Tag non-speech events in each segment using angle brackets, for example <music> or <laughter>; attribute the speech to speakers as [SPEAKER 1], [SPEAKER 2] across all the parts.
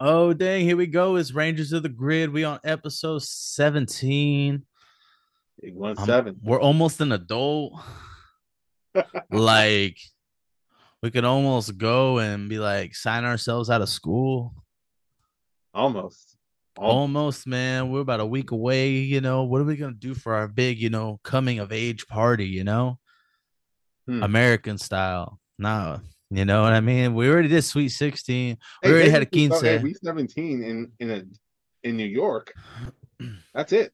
[SPEAKER 1] Oh, dang, here we go. It's Rangers of the Grid. We on episode 17.
[SPEAKER 2] Big one
[SPEAKER 1] I'm-
[SPEAKER 2] seven.
[SPEAKER 1] We're almost an adult. like we could almost go and be like sign ourselves out of school.
[SPEAKER 2] Almost. Almost.
[SPEAKER 1] Almost, man. We're about a week away, you know. What are we gonna do for our big, you know, coming of age party, you know?
[SPEAKER 2] Hmm.
[SPEAKER 1] American style. Nah, you know what I mean? We already did sweet 16. we already had a
[SPEAKER 2] basically,
[SPEAKER 1] quince.
[SPEAKER 2] so, hey, we seventeen in in a, in New York. That's it.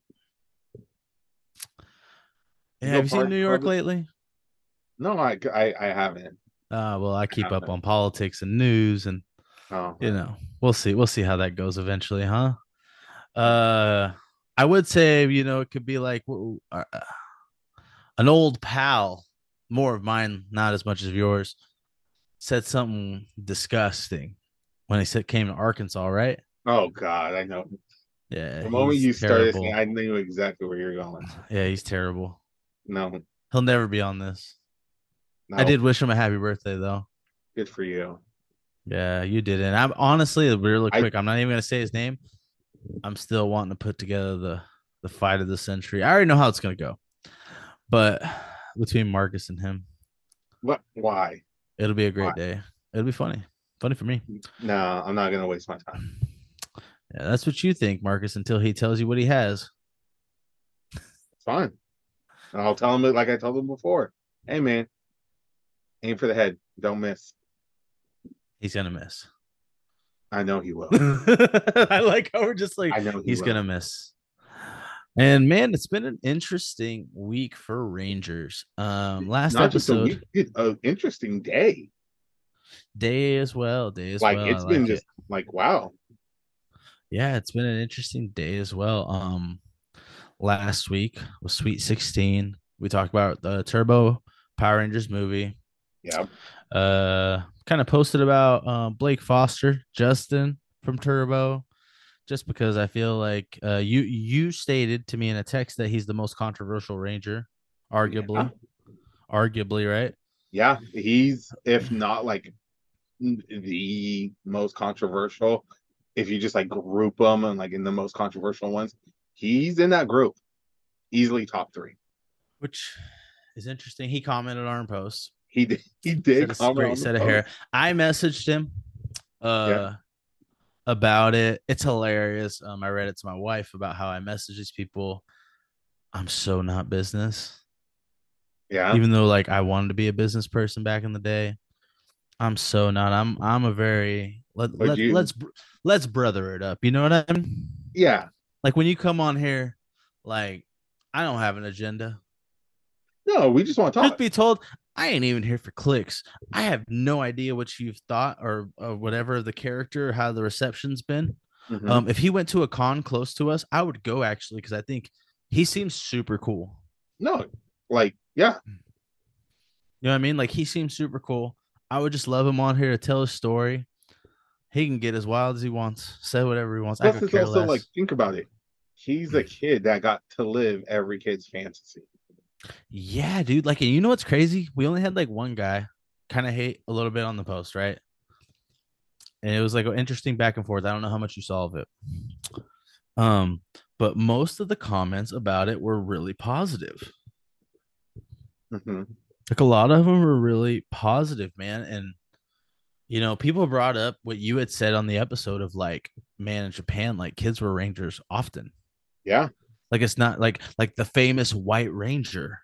[SPEAKER 1] Yeah,
[SPEAKER 2] No
[SPEAKER 1] have you seen
[SPEAKER 2] party
[SPEAKER 1] New York
[SPEAKER 2] public-
[SPEAKER 1] lately?
[SPEAKER 2] No, I I, I haven't.
[SPEAKER 1] Uh, well, I keep up
[SPEAKER 2] haven't.
[SPEAKER 1] on politics and news, and
[SPEAKER 2] Oh,
[SPEAKER 1] you know, we'll see. We'll see how that goes eventually, huh? Uh, I would say, you know, it could be like w- uh, an old pal, more of mine, not as much as yours, said something disgusting when he said came to Arkansas, right?
[SPEAKER 2] oh God, I know.
[SPEAKER 1] Yeah.
[SPEAKER 2] The moment
[SPEAKER 1] he's
[SPEAKER 2] you started,
[SPEAKER 1] terrible.
[SPEAKER 2] saying, I knew exactly where you're going.
[SPEAKER 1] yeah, he's terrible.
[SPEAKER 2] No,
[SPEAKER 1] He'll never be on this.
[SPEAKER 2] no,
[SPEAKER 1] I did wish him a happy birthday, though.
[SPEAKER 2] Good for you.
[SPEAKER 1] Yeah, you did. And I'm honestly really
[SPEAKER 2] I-
[SPEAKER 1] quick. I, am not even gonna say his name. I'm still wanting to put together the the fight of the century. I already know how it's gonna go, but between Marcus and him,
[SPEAKER 2] What? Why?
[SPEAKER 1] it'll be a great
[SPEAKER 2] Why?
[SPEAKER 1] day. It'll be funny, funny for me.
[SPEAKER 2] No, I'm not gonna waste my time.
[SPEAKER 1] Yeah, that's what you think, Marcus, until he tells you what he has.
[SPEAKER 2] It's fine. And I'll tell him it like I told him before. Hey man, aim for the head. Don't miss.
[SPEAKER 1] He's gonna
[SPEAKER 2] <laughs>
[SPEAKER 1] miss. <laughs>
[SPEAKER 2] I know he will.
[SPEAKER 1] I like how we're just like
[SPEAKER 2] I know he
[SPEAKER 1] he's
[SPEAKER 2] will.
[SPEAKER 1] gonna miss. And man, it's been an interesting week for Rangers. Um, last
[SPEAKER 2] Not just a
[SPEAKER 1] episode
[SPEAKER 2] week, it's an interesting day.
[SPEAKER 1] day as well, day as
[SPEAKER 2] like
[SPEAKER 1] well. I
[SPEAKER 2] it's been
[SPEAKER 1] like it.
[SPEAKER 2] just like wow.
[SPEAKER 1] yeah it's been an interesting day as well um last week was sweet 16 we talked about the turbo power rangers movie
[SPEAKER 2] Yeah.
[SPEAKER 1] uh kind of posted about uh, blake foster justin from turbo just because i feel like uh you you stated to me in a text that he's the most controversial ranger arguably arguably right
[SPEAKER 2] Yeah, he's if not like the most controversial. If you just like group them and like in the most controversial ones, he's in that group, easily top three.
[SPEAKER 1] which is interesting he commented on our post
[SPEAKER 2] He did. He
[SPEAKER 1] Said
[SPEAKER 2] did.
[SPEAKER 1] a
[SPEAKER 2] comment on
[SPEAKER 1] straight
[SPEAKER 2] the
[SPEAKER 1] set of
[SPEAKER 2] post.
[SPEAKER 1] hair. I messaged him uh about it. It's hilarious. Um, I read it to my wife about how I message these people. I'm so not business.
[SPEAKER 2] Yeah.
[SPEAKER 1] Even though like I wanted to be a business person back in the day. I'm so not. I'm I'm a very let,
[SPEAKER 2] But
[SPEAKER 1] let
[SPEAKER 2] you-
[SPEAKER 1] let's br- let's brother it up. You know what I mean?
[SPEAKER 2] Yeah.
[SPEAKER 1] Like when you come on here, like I don't have an agenda.
[SPEAKER 2] No, we just want to
[SPEAKER 1] Truth
[SPEAKER 2] talk.
[SPEAKER 1] be told, I ain't even here for clicks. I have no idea what you've thought or, or whatever of the character, how the reception's been.
[SPEAKER 2] Mhm.
[SPEAKER 1] Um, if he went to a con close to us, I would go actually because I think he seems super cool.
[SPEAKER 2] no, like yeah,
[SPEAKER 1] You know what I mean? Like he seems super cool. I would just love him on here to tell his story. He can get as wild as he wants, say whatever he wants. I
[SPEAKER 2] Plus,
[SPEAKER 1] could
[SPEAKER 2] it's
[SPEAKER 1] care
[SPEAKER 2] also
[SPEAKER 1] less. Mm.
[SPEAKER 2] like think about it. He's a kid that got to live every kid's fantasy.
[SPEAKER 1] yeah, dude. Like, and you know what's crazy? We only had like one guy kind of hate a little bit on the post, right? And it was like an interesting back and forth. I don't know how much you saw of it. Um, but most of the comments about it were really positive.
[SPEAKER 2] hmm
[SPEAKER 1] Like a lot of them were really positive, man. And you know, people brought up what you had said on the episode of like, man, in Japan, like kids were rangers often.
[SPEAKER 2] Yeah,
[SPEAKER 1] Like it's not like like the famous White Ranger.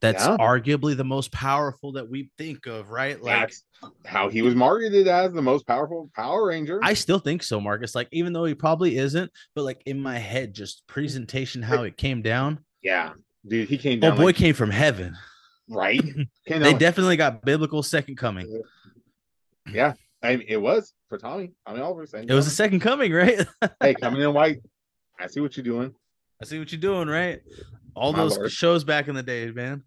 [SPEAKER 1] That's
[SPEAKER 2] Yeah.
[SPEAKER 1] arguably the most powerful that we think of, right? Like
[SPEAKER 2] that's how he was marketed as the most powerful Power Ranger.
[SPEAKER 1] I still think so, Marcus. Like even though he probably isn't, but like in my head, just presentation how it came down.
[SPEAKER 2] yeah, dude, he came
[SPEAKER 1] Oh
[SPEAKER 2] down.
[SPEAKER 1] boy,
[SPEAKER 2] like,
[SPEAKER 1] came from heaven. <laughs>
[SPEAKER 2] right? Came down
[SPEAKER 1] They
[SPEAKER 2] like-
[SPEAKER 1] definitely got biblical second coming.
[SPEAKER 2] I mean, it was for Tommy. Tommy Oliver saying
[SPEAKER 1] It was the second coming, right? <laughs>
[SPEAKER 2] hey, coming in white. I see what you're doing.
[SPEAKER 1] I see what you're doing, right? All
[SPEAKER 2] My
[SPEAKER 1] those
[SPEAKER 2] lord.
[SPEAKER 1] shows back in the day, man.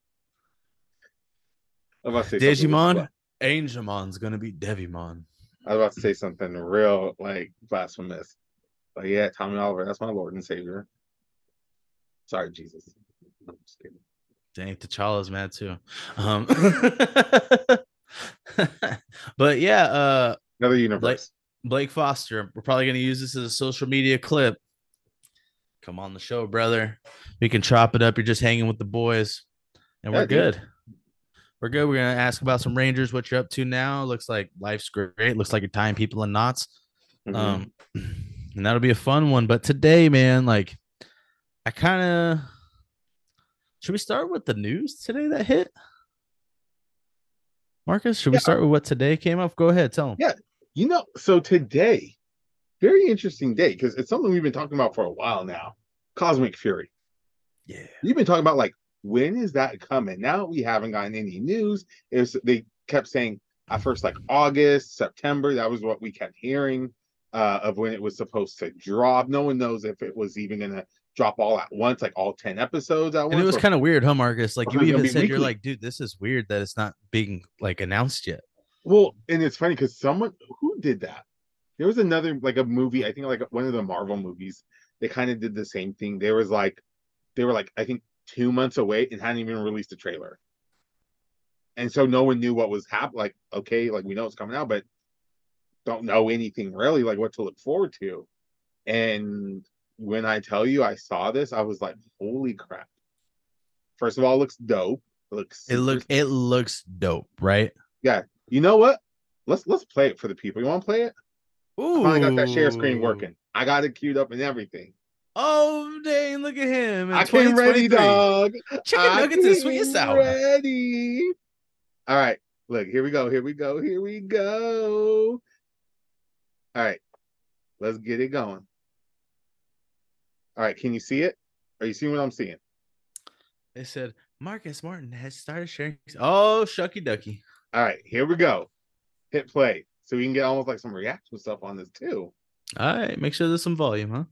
[SPEAKER 2] I was about to say something-
[SPEAKER 1] Digimon, Angelmon's gonna be Devimon.
[SPEAKER 2] I was about to say something real like blasphemous. But yeah, Tommy Oliver, that's my Lord and Savior. Sorry, Jesus. I'm just kidding.
[SPEAKER 1] Dang, T'Challa's mad too. Um, <laughs> but yeah, uh,
[SPEAKER 2] Another universe.
[SPEAKER 1] Blake Foster. We're probably going to use this as a social media clip. Come on the show, brother. We can chop it up. You're just hanging with the boys, and
[SPEAKER 2] Yeah,
[SPEAKER 1] we're
[SPEAKER 2] dude.
[SPEAKER 1] good. We're good. We're going to ask about some Rangers, what you're up to now. Looks like life's great. Looks like you're tying people in knots.
[SPEAKER 2] Mhm.
[SPEAKER 1] Um, <clears throat> and that'll be a fun one. But today, man, like, I kind of should we start with the news today that hit? Marcus, should we
[SPEAKER 2] Yeah.
[SPEAKER 1] start with what today came up? Go ahead, tell him.
[SPEAKER 2] Yeah. You know, so today, very interesting day because it's something we've been talking about for a while now. Cosmic Fury.
[SPEAKER 1] Yeah.
[SPEAKER 2] You've been talking about like when is that coming? Now we haven't gotten any news. Is they kept saying at first like August, September. That was what we kept hearing uh, of when it was supposed to drop. No one knows if it was even gonna drop all at once, like all ten episodes at
[SPEAKER 1] And
[SPEAKER 2] once.
[SPEAKER 1] it was
[SPEAKER 2] or-
[SPEAKER 1] kind of weird, huh, Marcus? Like you
[SPEAKER 2] Probably gonna
[SPEAKER 1] even
[SPEAKER 2] be
[SPEAKER 1] said you're
[SPEAKER 2] weekly.
[SPEAKER 1] like, dude, this is weird that it's not being like announced yet.
[SPEAKER 2] Well, and it's funny because someone who did that? There was another like a movie, I think like one of the Marvel movies, they kind of did the same thing. There was like they were like I think two months away and hadn't even released a trailer. And so no one knew what was happening. Like, okay, like we know it's coming out, but don't know anything really, like what to look forward to. And when I tell you I saw this, I was like, holy crap. First of all, it looks dope. It looks
[SPEAKER 1] It
[SPEAKER 2] super
[SPEAKER 1] looks it looks dope, right?
[SPEAKER 2] you know what? Let's let's play it for the people. You want to play it?
[SPEAKER 1] Ooh,
[SPEAKER 2] Finally got that share screen working. I got it queued up and everything.
[SPEAKER 1] Oh dang, look at him! in
[SPEAKER 2] I came
[SPEAKER 1] 2023.
[SPEAKER 2] ready, dog.
[SPEAKER 1] Chicken
[SPEAKER 2] I
[SPEAKER 1] nuggets and
[SPEAKER 2] came
[SPEAKER 1] sweet and sour.
[SPEAKER 2] Ready. All right. Look, here we go. Here we go. Here we go. All right. Let's get it going. All right. Can you see it? Are you seeing what I'm seeing?
[SPEAKER 1] They said Marcus Martin has started sharing. Oh, Shucky Ducky.
[SPEAKER 2] All right. Here we go. Hit play. So we can get almost like some reaction stuff on this too.
[SPEAKER 1] All right, make sure there's some volume, huh?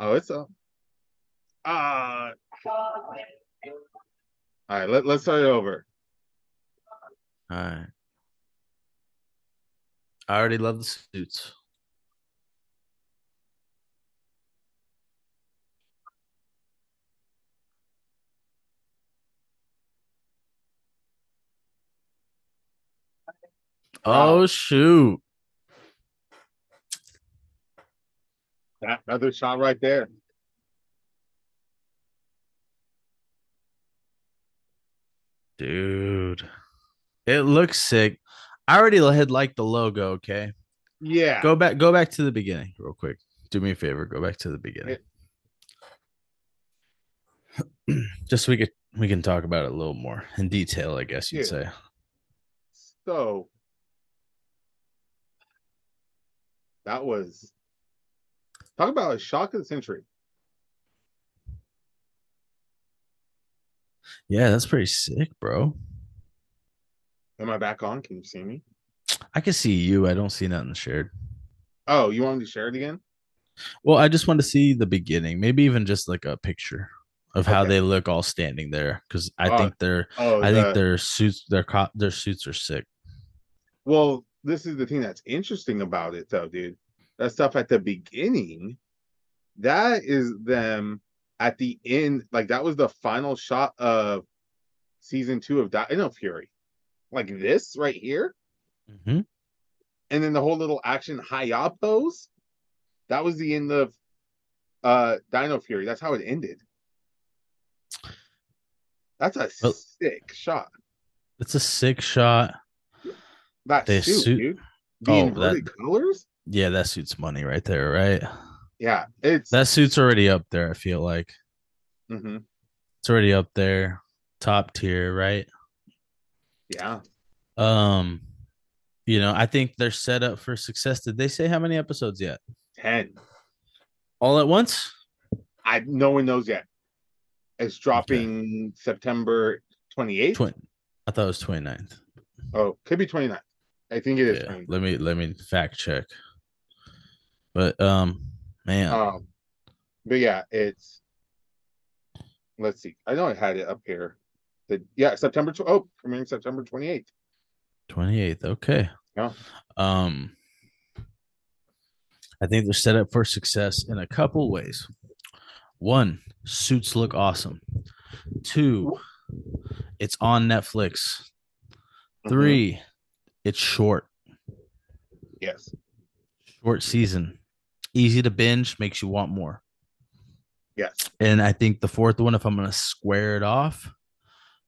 [SPEAKER 2] Oh, it's up. Ah. All right, let, let's start it over.
[SPEAKER 1] All right. I already love the suits.
[SPEAKER 2] Wow.
[SPEAKER 1] Oh shoot.
[SPEAKER 2] That other shot right there.
[SPEAKER 1] Dude. It looks sick. I already had liked the logo, okay?
[SPEAKER 2] Yeah.
[SPEAKER 1] Go back go back to the beginning real quick. Do me a favor, go back to the beginning. <clears throat> Just so we could we can talk about it a little more in detail, I guess you'd
[SPEAKER 2] Yeah.
[SPEAKER 1] say.
[SPEAKER 2] So that was talk about a shock of the century.
[SPEAKER 1] Yeah, that's pretty sick, bro.
[SPEAKER 2] Am I back on? Can you see me?
[SPEAKER 1] I can see you. I don't see nothing shared.
[SPEAKER 2] Oh, you want me to share it again?
[SPEAKER 1] Well, I just want to see the beginning, maybe even just like a picture of how
[SPEAKER 2] Okay.
[SPEAKER 1] they look all standing there, because I
[SPEAKER 2] Oh,
[SPEAKER 1] think they're,
[SPEAKER 2] Oh,
[SPEAKER 1] I
[SPEAKER 2] the-
[SPEAKER 1] think their suits, their co- their suits are sick.
[SPEAKER 2] Well, this is the thing that's interesting about it, though, dude. That stuff at the beginning, that is them at the end. Like that was the final shot of season two of Dino Fury. Like this right here,
[SPEAKER 1] hmm
[SPEAKER 2] and then the whole little action high up pose. That was the end of uh Dino Fury. That's how it ended. That's a
[SPEAKER 1] Well-
[SPEAKER 2] sick shot.
[SPEAKER 1] It's a sick shot.
[SPEAKER 2] That
[SPEAKER 1] The
[SPEAKER 2] suit,
[SPEAKER 1] suit-
[SPEAKER 2] dude. The
[SPEAKER 1] Oh, that-
[SPEAKER 2] inverted colors.
[SPEAKER 1] Yeah, that suits money right there, right?
[SPEAKER 2] Yeah, it's
[SPEAKER 1] That suit's already up there. I feel like
[SPEAKER 2] mhm,
[SPEAKER 1] it's already up there, top tier, right?
[SPEAKER 2] yeah.
[SPEAKER 1] Um, you know, I think they're set up for success. Did they say how many episodes yet?
[SPEAKER 2] Ten.
[SPEAKER 1] All at once?
[SPEAKER 2] I no one knows yet. It's dropping September 28th.
[SPEAKER 1] Twenty. I thought it was 29th.
[SPEAKER 2] oh, could be 29th. I think it is.
[SPEAKER 1] yeah,
[SPEAKER 2] 29th.
[SPEAKER 1] let me let me fact check. But um, man,
[SPEAKER 2] Um, but yeah, it's let's see. I know I had it up here. The yeah, September tw- oh, premiering September 28th.
[SPEAKER 1] twenty eighth. Okay.
[SPEAKER 2] Yeah.
[SPEAKER 1] Um, I think they're set up for success in a couple ways. One, suits look awesome. Two, it's on Netflix.
[SPEAKER 2] Mhm.
[SPEAKER 1] 3 it's short.
[SPEAKER 2] Yes.
[SPEAKER 1] Short season, easy to binge, makes you want more.
[SPEAKER 2] Yes.
[SPEAKER 1] And I think the fourth one, if I'm going to square it off,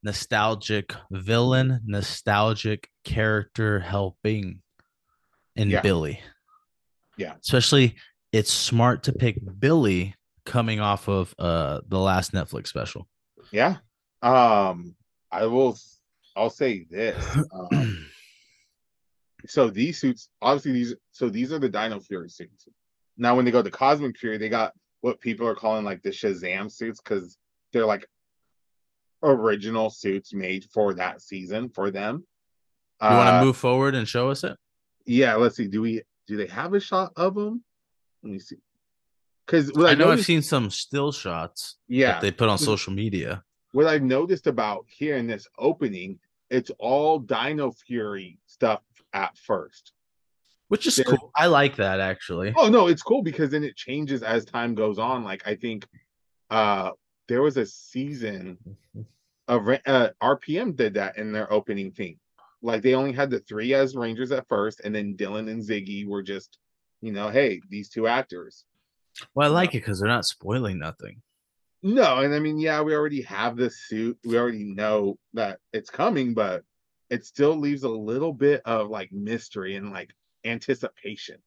[SPEAKER 1] nostalgic villain, nostalgic character helping in
[SPEAKER 2] Yeah.
[SPEAKER 1] Billy.
[SPEAKER 2] Yeah.
[SPEAKER 1] Especially it's smart to pick Billy coming off of uh the last Netflix special. <clears throat>
[SPEAKER 2] Yeah. Um, I will. s- I'll say this. Um, so these suits, obviously these. So these are the Dino Fury suits. Now, when they go to Cosmic Fury, they got what people are calling like the Shazam suits because they're like original suits made for that season for them.
[SPEAKER 1] you want
[SPEAKER 2] Uh,
[SPEAKER 1] to move forward and show us it?
[SPEAKER 2] Yeah. Let's see. Do we? Do they have a shot of them? Let me see. Because
[SPEAKER 1] I know I've seen some still shots
[SPEAKER 2] Yeah.
[SPEAKER 1] that they put on
[SPEAKER 2] Mhm.
[SPEAKER 1] social media.
[SPEAKER 2] what I've noticed about here in this opening, it's all Dino Fury stuff at first.
[SPEAKER 1] Which is
[SPEAKER 2] They're-
[SPEAKER 1] cool. I like that actually.
[SPEAKER 2] Oh no, it's cool because then it changes as time goes on. Like I think uh there was a season of Ra- uh, RPM did that in their opening thing. Like they only had the three as Rangers at first, and then Dylan and Ziggy were just, you know, hey, these two actors.
[SPEAKER 1] Well, I like it because they're not spoiling nothing.
[SPEAKER 2] No, and I mean, yeah, we already have this suit. We already know that it's coming, but it still leaves a little bit of like mystery and like anticipation.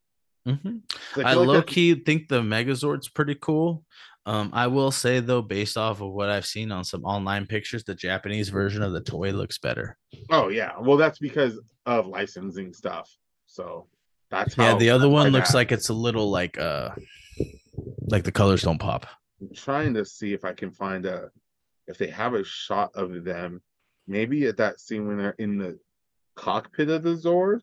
[SPEAKER 1] Mhm.
[SPEAKER 2] 'Cause
[SPEAKER 1] I
[SPEAKER 2] feel like
[SPEAKER 1] low
[SPEAKER 2] that-
[SPEAKER 1] key think the Megazord's pretty cool. Um, I will say though, based off of what I've seen on some online pictures, the Japanese version of the toy looks better.
[SPEAKER 2] oh yeah, well that's because of licensing stuff. So that's how.
[SPEAKER 1] yeah, the other
[SPEAKER 2] that's why
[SPEAKER 1] one looks
[SPEAKER 2] Oh, that-
[SPEAKER 1] like it's a little like uh, like the colors don't pop.
[SPEAKER 2] I'm trying to see if I can find a if they have a shot of them. Maybe at that scene when they're in the cockpit of the Zord.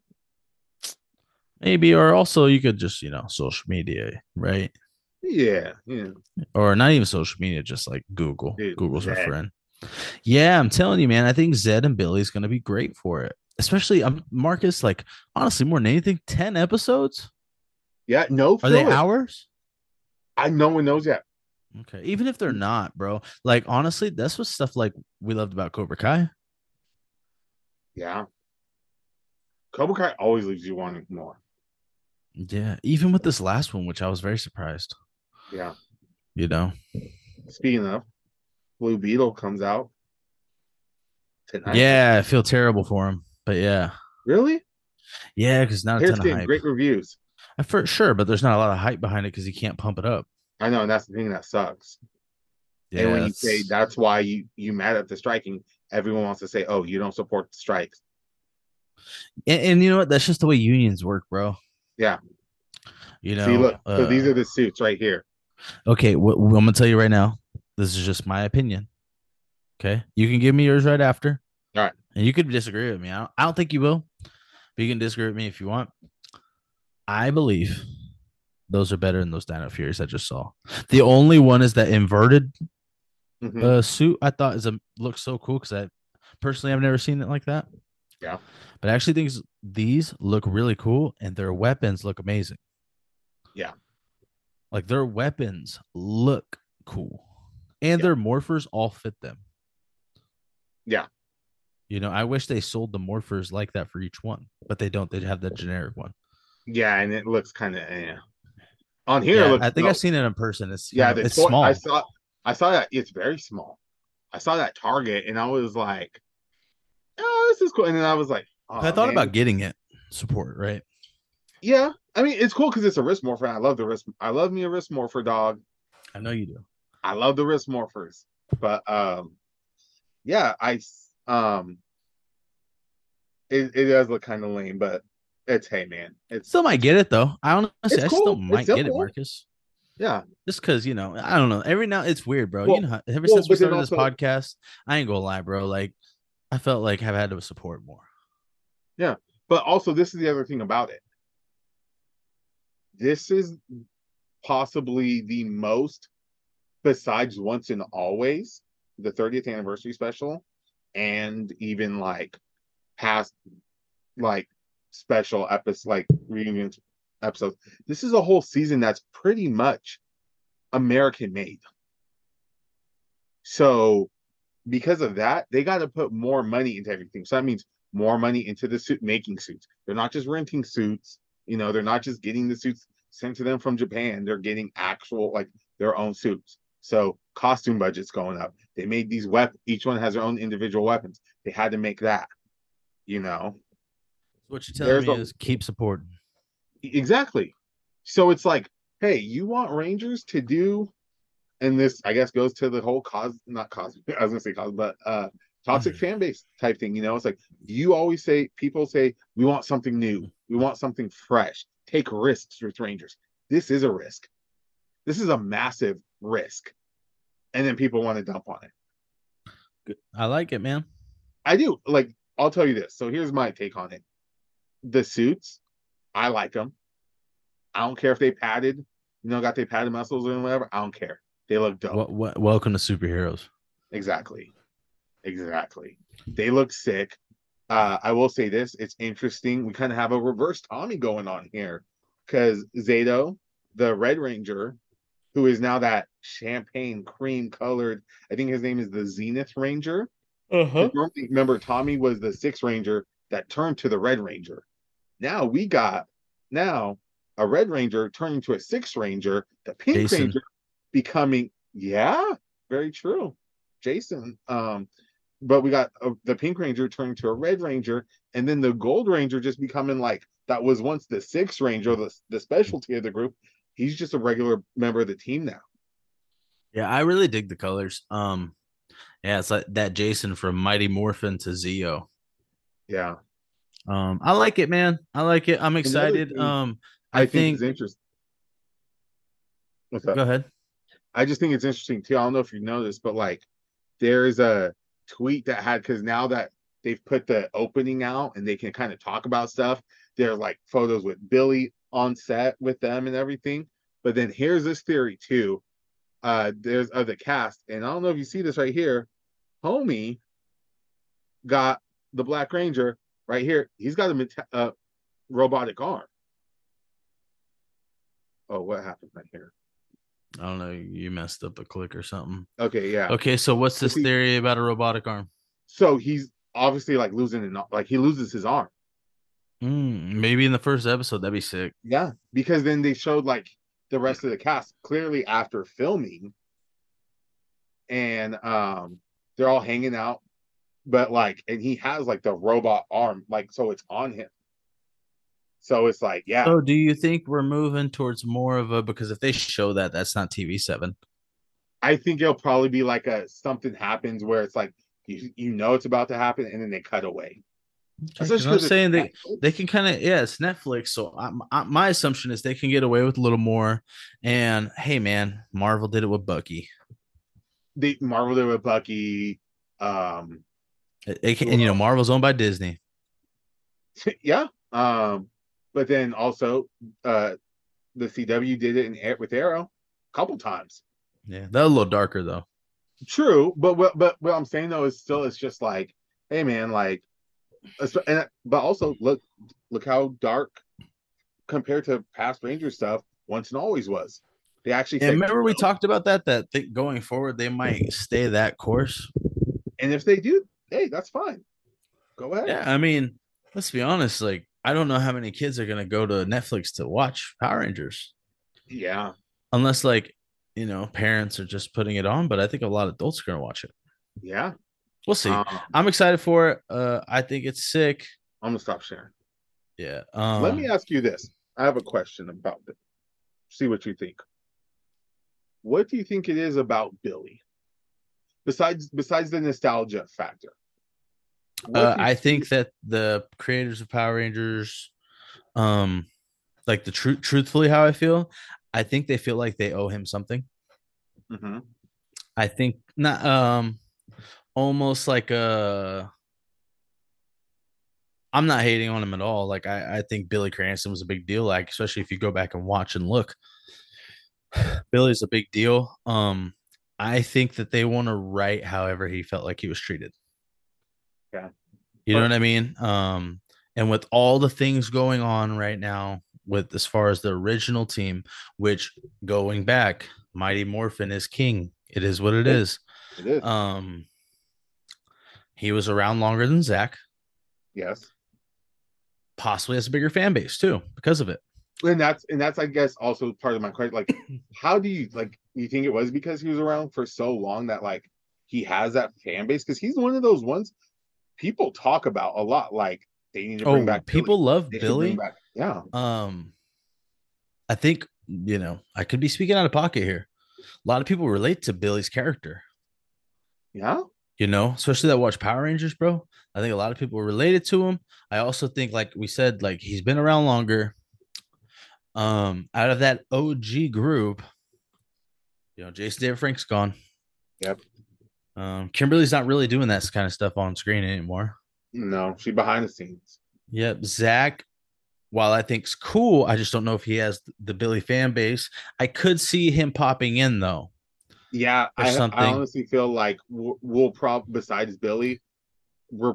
[SPEAKER 1] Maybe, or also you could just you know social media, right?
[SPEAKER 2] Yeah, yeah,
[SPEAKER 1] Or not even social media, just like Google.
[SPEAKER 2] Dude,
[SPEAKER 1] Google's our
[SPEAKER 2] Zed.
[SPEAKER 1] friend. Yeah, I'm telling you, man. I think Zed and Billy's gonna be great for it. Especially, um, Marcus. Like honestly, more than anything, ten episodes.
[SPEAKER 2] yeah. No,
[SPEAKER 1] Are they
[SPEAKER 2] filler.
[SPEAKER 1] hours?
[SPEAKER 2] I no one knows yet.
[SPEAKER 1] Okay. Even if they're not, bro. Like honestly, that's what stuff like we loved about Cobra Kai.
[SPEAKER 2] Yeah. Cobra Kai always leaves you wanting more.
[SPEAKER 1] Yeah. Even with this last one, which I was very surprised.
[SPEAKER 2] Yeah.
[SPEAKER 1] You know?
[SPEAKER 2] Speaking of, Blue Beetle comes out tonight.
[SPEAKER 1] Yeah, I feel terrible for him. But yeah.
[SPEAKER 2] Really?
[SPEAKER 1] Yeah, because not a
[SPEAKER 2] Here's
[SPEAKER 1] ton of
[SPEAKER 2] getting
[SPEAKER 1] hype.
[SPEAKER 2] great reviews.
[SPEAKER 1] I- For sure, but there's not a lot of hype behind it because he can't pump it up.
[SPEAKER 2] I know, and that's the thing that sucks.
[SPEAKER 1] Yeah,
[SPEAKER 2] and when you say
[SPEAKER 1] that's-
[SPEAKER 2] that's why you you mad at the striking, everyone wants to say, "Oh, you don't support the strikes."
[SPEAKER 1] and, and you know what? That's just the way unions work, bro.
[SPEAKER 2] Yeah.
[SPEAKER 1] You know,
[SPEAKER 2] See, look, so these
[SPEAKER 1] uh,
[SPEAKER 2] are the suits right here.
[SPEAKER 1] Okay, wh- wh- I'm gonna tell you right now. This is just my opinion. Okay, you can give me yours right after.
[SPEAKER 2] All right.
[SPEAKER 1] and you could disagree with me. I don't, I don't think you will, but you can disagree with me if you want. I believe those are better than those Dino Furies I just saw. The only one is that inverted
[SPEAKER 2] Mhm.
[SPEAKER 1] uh, suit. I thought is a looks so cool because I personally I've never seen it like that.
[SPEAKER 2] Yeah.
[SPEAKER 1] but I actually think these look really cool and their weapons look amazing.
[SPEAKER 2] Yeah.
[SPEAKER 1] like their weapons look cool, and
[SPEAKER 2] Yeah.
[SPEAKER 1] their morphers all fit them.
[SPEAKER 2] Yeah.
[SPEAKER 1] you know I wish they sold the morphers like that for each one, but they don't. They have that generic one.
[SPEAKER 2] yeah, and it looks kind of eh. on here. it
[SPEAKER 1] Yeah,
[SPEAKER 2] looks
[SPEAKER 1] I think
[SPEAKER 2] no.
[SPEAKER 1] I've seen it in person. It's
[SPEAKER 2] yeah,
[SPEAKER 1] kind of-
[SPEAKER 2] the
[SPEAKER 1] it's
[SPEAKER 2] toy,
[SPEAKER 1] small.
[SPEAKER 2] I saw I saw that it's very small. I saw that target and I was like, oh, this is cool. And then I was like,
[SPEAKER 1] I
[SPEAKER 2] "Aw,
[SPEAKER 1] thought
[SPEAKER 2] man."
[SPEAKER 1] about getting it support, right?
[SPEAKER 2] yeah. I mean, it's cool because it's a wrist morpher. and I love the wrist. I love me a wrist morpher dog.
[SPEAKER 1] I know you do.
[SPEAKER 2] I love the wrist morphers. But um, yeah, I s- um, it, it does look kind of lame, but it's hey man, it's
[SPEAKER 1] Still might get it though. I honestly,
[SPEAKER 2] It's
[SPEAKER 1] I
[SPEAKER 2] cool.
[SPEAKER 1] still
[SPEAKER 2] It's
[SPEAKER 1] might
[SPEAKER 2] still
[SPEAKER 1] get it,
[SPEAKER 2] cool.
[SPEAKER 1] Marcus.
[SPEAKER 2] yeah,
[SPEAKER 1] Just because you know, I don't know. Every now it's weird, bro.
[SPEAKER 2] Well-
[SPEAKER 1] you know, how- ever
[SPEAKER 2] well,
[SPEAKER 1] since we
[SPEAKER 2] but then
[SPEAKER 1] started this
[SPEAKER 2] also-
[SPEAKER 1] podcast, I ain't gonna lie, bro. Like, I felt like I've had to support more.
[SPEAKER 2] But also, this is the other thing about it. This is possibly the most, besides Once and Always, the 30th anniversary special, and even like past, like special episodes, like reunion episodes. This is a whole season that's pretty much American made. So, because of that, they got to put more money into everything. So, that means more money into the suit making suits. They're not just renting suits. You know, they're not just getting the suits sent to them from Japan. They're getting actual like their own suits. So costume budgets going up. They made these weapons. Each one has their own individual weapons. They had to make that. You know,
[SPEAKER 1] what you're telling
[SPEAKER 2] There's
[SPEAKER 1] me
[SPEAKER 2] a-
[SPEAKER 1] is keep supporting.
[SPEAKER 2] Exactly. So it's like, hey, you want Rangers to do, and this I guess goes to the whole cause, not cause. <laughs> I was gonna say cause, but uh, toxic
[SPEAKER 1] Mhm.
[SPEAKER 2] fan base type thing. You know, it's like you always say, people say we want something new, we want something fresh. Take risks with Rangers. This is a risk. This is a massive risk, and then people want to dump on it.
[SPEAKER 1] I like it, man.
[SPEAKER 2] I do. Like, I'll tell you this. So here's my take on it. The suits, I like them. I don't care if they padded, you know, got they padded muscles or whatever. I don't care. They look dope.
[SPEAKER 1] Wel- wel- welcome to superheroes.
[SPEAKER 2] Exactly. Exactly. They look sick. Uh, I will say this. It's interesting. We kind of have a reverse Tommy going on here because Zato, the Red Ranger, who is now that champagne cream colored, I think his name is the Zenith Ranger.
[SPEAKER 1] Uh-huh.
[SPEAKER 2] Because normally, remember, Tommy was the sixth ranger that turned to the red ranger. Now we got now a red ranger turning to a sixth ranger, the pink
[SPEAKER 1] Jason.
[SPEAKER 2] ranger becoming yeah, very true, Jason. Um, but we got uh, the pink ranger turning to a red ranger, and then the gold ranger just becoming like that was once the sixth ranger, the the specialty of the group. He's just a regular member of the team now.
[SPEAKER 1] Yeah, I really dig the colors. Um, yeah, it's like that Jason from Mighty Morphin to Zeo.
[SPEAKER 2] Yeah,
[SPEAKER 1] Um, I like it, man. I like it. I'm excited.
[SPEAKER 2] thing
[SPEAKER 1] Um, I,
[SPEAKER 2] it's
[SPEAKER 1] think.
[SPEAKER 2] interesting. What's up?
[SPEAKER 1] Go ahead.
[SPEAKER 2] I just think it's interesting too. I don't know if you know this, but like there is a tweet that had because now that they've put the opening out and they can kind of talk about stuff, there's like photos with Billy on set with them and everything. But then here's this theory too. Uh there's of the cast, and I don't know if you see this right here. Homie got the Black Ranger right here. He's got a meta- uh, robotic arm. Oh, what happened right here?
[SPEAKER 1] I don't know. You messed up a click or something.
[SPEAKER 2] Okay, yeah.
[SPEAKER 1] Okay, so what's this
[SPEAKER 2] If we-
[SPEAKER 1] theory about a robotic arm?
[SPEAKER 2] so he's obviously like losing an like he loses his arm.
[SPEAKER 1] Mm, maybe in the first episode, that'd be sick.
[SPEAKER 2] Yeah, because then they showed like the rest of the cast clearly after filming, and um they're all hanging out, but like and he has like the robot arm like so it's on him. So it's like yeah,
[SPEAKER 1] So, do you think we're moving towards more of a because if they show that, that's not TV seven.
[SPEAKER 2] I think it'll probably be like a something happens where it's like you you know it's about to happen and then they cut away.
[SPEAKER 1] That's what I'm
[SPEAKER 2] 'cause it's
[SPEAKER 1] saying. They, <laughs>
[SPEAKER 2] Netflix.
[SPEAKER 1] they can kind of yeah it's netflix so I, I, my assumption is they can get away with a little more and hey man marvel did it with bucky
[SPEAKER 2] they Marvel did with Bucky. Um,
[SPEAKER 1] It- it can- and you know
[SPEAKER 2] Well-
[SPEAKER 1] marvel's owned by disney
[SPEAKER 2] yeah. Um, but then also uh the CW did it in Ar- with Arrow a couple times.
[SPEAKER 1] yeah that's a little darker though
[SPEAKER 2] True, but what but what I'm saying though is still it's just like, hey man, like it's- and but also look look how dark compared to past Ranger stuff once and always was. They actually
[SPEAKER 1] and
[SPEAKER 2] said-
[SPEAKER 1] remember we talked about that that th- going forward they might stay that course
[SPEAKER 2] and if they do, hey, that's fine. Go ahead.
[SPEAKER 1] yeah i mean let's be honest like i don't know how many kids are going to go to netflix to watch power rangers
[SPEAKER 2] yeah.
[SPEAKER 1] unless like you know parents are just putting it on but i think a lot of adults are going to watch it
[SPEAKER 2] yeah.
[SPEAKER 1] we'll see
[SPEAKER 2] Um,
[SPEAKER 1] i'm excited for it uh i think it's sick
[SPEAKER 2] I'm gonna stop sharing.
[SPEAKER 1] yeah um,
[SPEAKER 2] Let me ask you this. I have a question about it. See what you think. What do you think it is about Billy? Besides besides the nostalgia factor. What
[SPEAKER 1] Uh,
[SPEAKER 2] do you-
[SPEAKER 1] I think that the creators of Power Rangers, um, like the truth, truthfully, how I feel, I think they feel like they owe him something.
[SPEAKER 2] Mhm.
[SPEAKER 1] I think not, um, almost like a. I'm not hating on him at all. Like I, I think Billy Cranston was a big deal. Like especially if you go back and watch and look, <sighs> Billy's a big deal. Um, I think that they want to write however he felt like he was treated.
[SPEAKER 2] Yeah.
[SPEAKER 1] You know
[SPEAKER 2] But-
[SPEAKER 1] what I mean? Um, and with all the things going on right now, with as far as the original team, which going back, Mighty Morphin is king. It is what it
[SPEAKER 2] Yeah.
[SPEAKER 1] is.
[SPEAKER 2] It is.
[SPEAKER 1] Um, he was around longer than Zach.
[SPEAKER 2] yes.
[SPEAKER 1] possibly has a bigger fan base too because of it.
[SPEAKER 2] and that's and that's I guess also part of my
[SPEAKER 1] <coughs>
[SPEAKER 2] question. Like, how do you like? You think it was because he was around for so long that like he has that fan base? Because he's one of those ones people talk about a lot. Like they need to bring
[SPEAKER 1] Oh,
[SPEAKER 2] back Billy.
[SPEAKER 1] people love
[SPEAKER 2] They should bring
[SPEAKER 1] Billy.
[SPEAKER 2] back- Yeah,
[SPEAKER 1] Um, I think you know I could be speaking out of pocket here. A lot of people relate to Billy's character.
[SPEAKER 2] yeah.
[SPEAKER 1] you know, especially that watch Power Rangers, bro. I think a lot of people related to him. I also think, like we said, like he's been around longer. Um, out of that OG group, you know, Jason David Frank's gone.
[SPEAKER 2] Yep.
[SPEAKER 1] Um, Kimberly's not really doing that kind of stuff on screen anymore.
[SPEAKER 2] No, she behind the scenes.
[SPEAKER 1] Yep. Zach, while I think's cool, I just don't know if he has the Billy fan base. I could see him popping in though.
[SPEAKER 2] Yeah, I,
[SPEAKER 1] something.
[SPEAKER 2] I honestly feel like we'll, we'll probably besides Billy, we're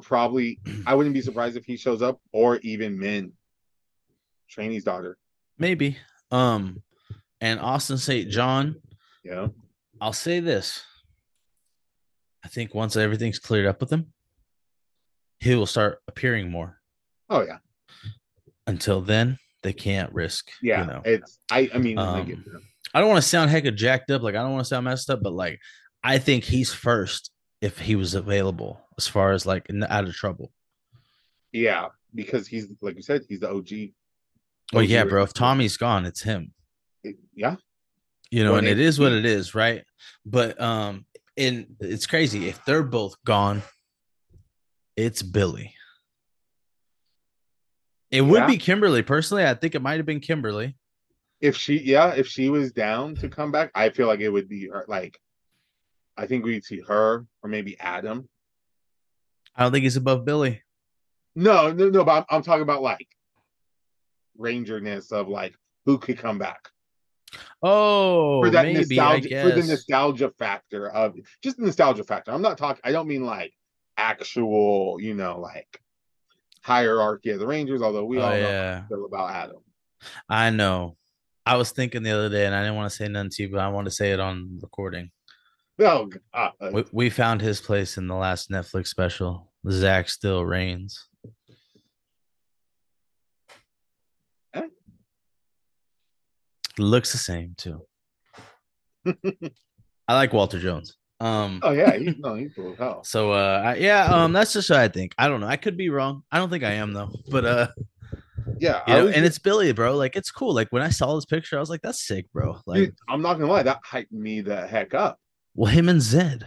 [SPEAKER 1] <clears throat>
[SPEAKER 2] probably I wouldn't be surprised if he shows up or even Min, Trainee's daughter.
[SPEAKER 1] Maybe. Um, and Austin St. John,
[SPEAKER 2] Yeah,
[SPEAKER 1] I'll say this. I think once everything's cleared up with him, he will start appearing more.
[SPEAKER 2] oh yeah,
[SPEAKER 1] Until then, they can't risk. you
[SPEAKER 2] yeah.
[SPEAKER 1] know.
[SPEAKER 2] It's I. I mean, I get
[SPEAKER 1] Um,
[SPEAKER 2] that.
[SPEAKER 1] I don't want to sound hecka jacked up. Like I don't want to sound messed up, but like I think he's first if he was available, as far as like n- out of trouble.
[SPEAKER 2] yeah, because he's like you said, he's the OG.
[SPEAKER 1] Oh
[SPEAKER 2] OG
[SPEAKER 1] yeah,
[SPEAKER 2] right
[SPEAKER 1] bro. If
[SPEAKER 2] now.
[SPEAKER 1] Tommy's gone, it's him.
[SPEAKER 2] It- yeah,
[SPEAKER 1] you know,
[SPEAKER 2] Or
[SPEAKER 1] and
[SPEAKER 2] they-
[SPEAKER 1] it is what it is, right? But um, and it's crazy if they're both gone, it's Billy. It would
[SPEAKER 2] Yeah.
[SPEAKER 1] be Kimberly personally. I think it might have been Kimberly.
[SPEAKER 2] if she, yeah, if she was down to come back, I feel like it would be her, like, I think we'd see her or maybe Adam.
[SPEAKER 1] I don't think he's above Billy.
[SPEAKER 2] No, no, no. But I'm, I'm talking about like Rangerness of like who could come back
[SPEAKER 1] Oh,
[SPEAKER 2] for that
[SPEAKER 1] maybe I
[SPEAKER 2] nostalgia for the
[SPEAKER 1] guess.
[SPEAKER 2] nostalgia factor of just the nostalgia factor. I'm not talking. I don't mean like actual, you know, like hierarchy of the Rangers. Although we
[SPEAKER 1] Oh,
[SPEAKER 2] all know how
[SPEAKER 1] yeah,
[SPEAKER 2] I feel about Adam.
[SPEAKER 1] I know. I was thinking the other day, and I didn't want to say nothing to you, but I want to say it on recording.
[SPEAKER 2] Oh, God.
[SPEAKER 1] We, we found his place in the last Netflix special. Zach still reigns.
[SPEAKER 2] Eh?
[SPEAKER 1] Looks the same
[SPEAKER 2] <laughs>
[SPEAKER 1] too. I like Walter Jones. Um.
[SPEAKER 2] oh yeah, he's no, he's cool as hell.
[SPEAKER 1] So uh, I, yeah. Um. That's just what I think. I don't know. I could be wrong. I don't think I am though. But
[SPEAKER 2] <laughs>
[SPEAKER 1] uh,
[SPEAKER 2] Yeah,
[SPEAKER 1] you
[SPEAKER 2] I
[SPEAKER 1] know,
[SPEAKER 2] was
[SPEAKER 1] and it's Billy, bro. Like it's cool. Like when I saw this picture, I was like, that's sick, bro. Like,
[SPEAKER 2] Dude, I'm not gonna lie, that hyped me the heck up.
[SPEAKER 1] well, him and Zed.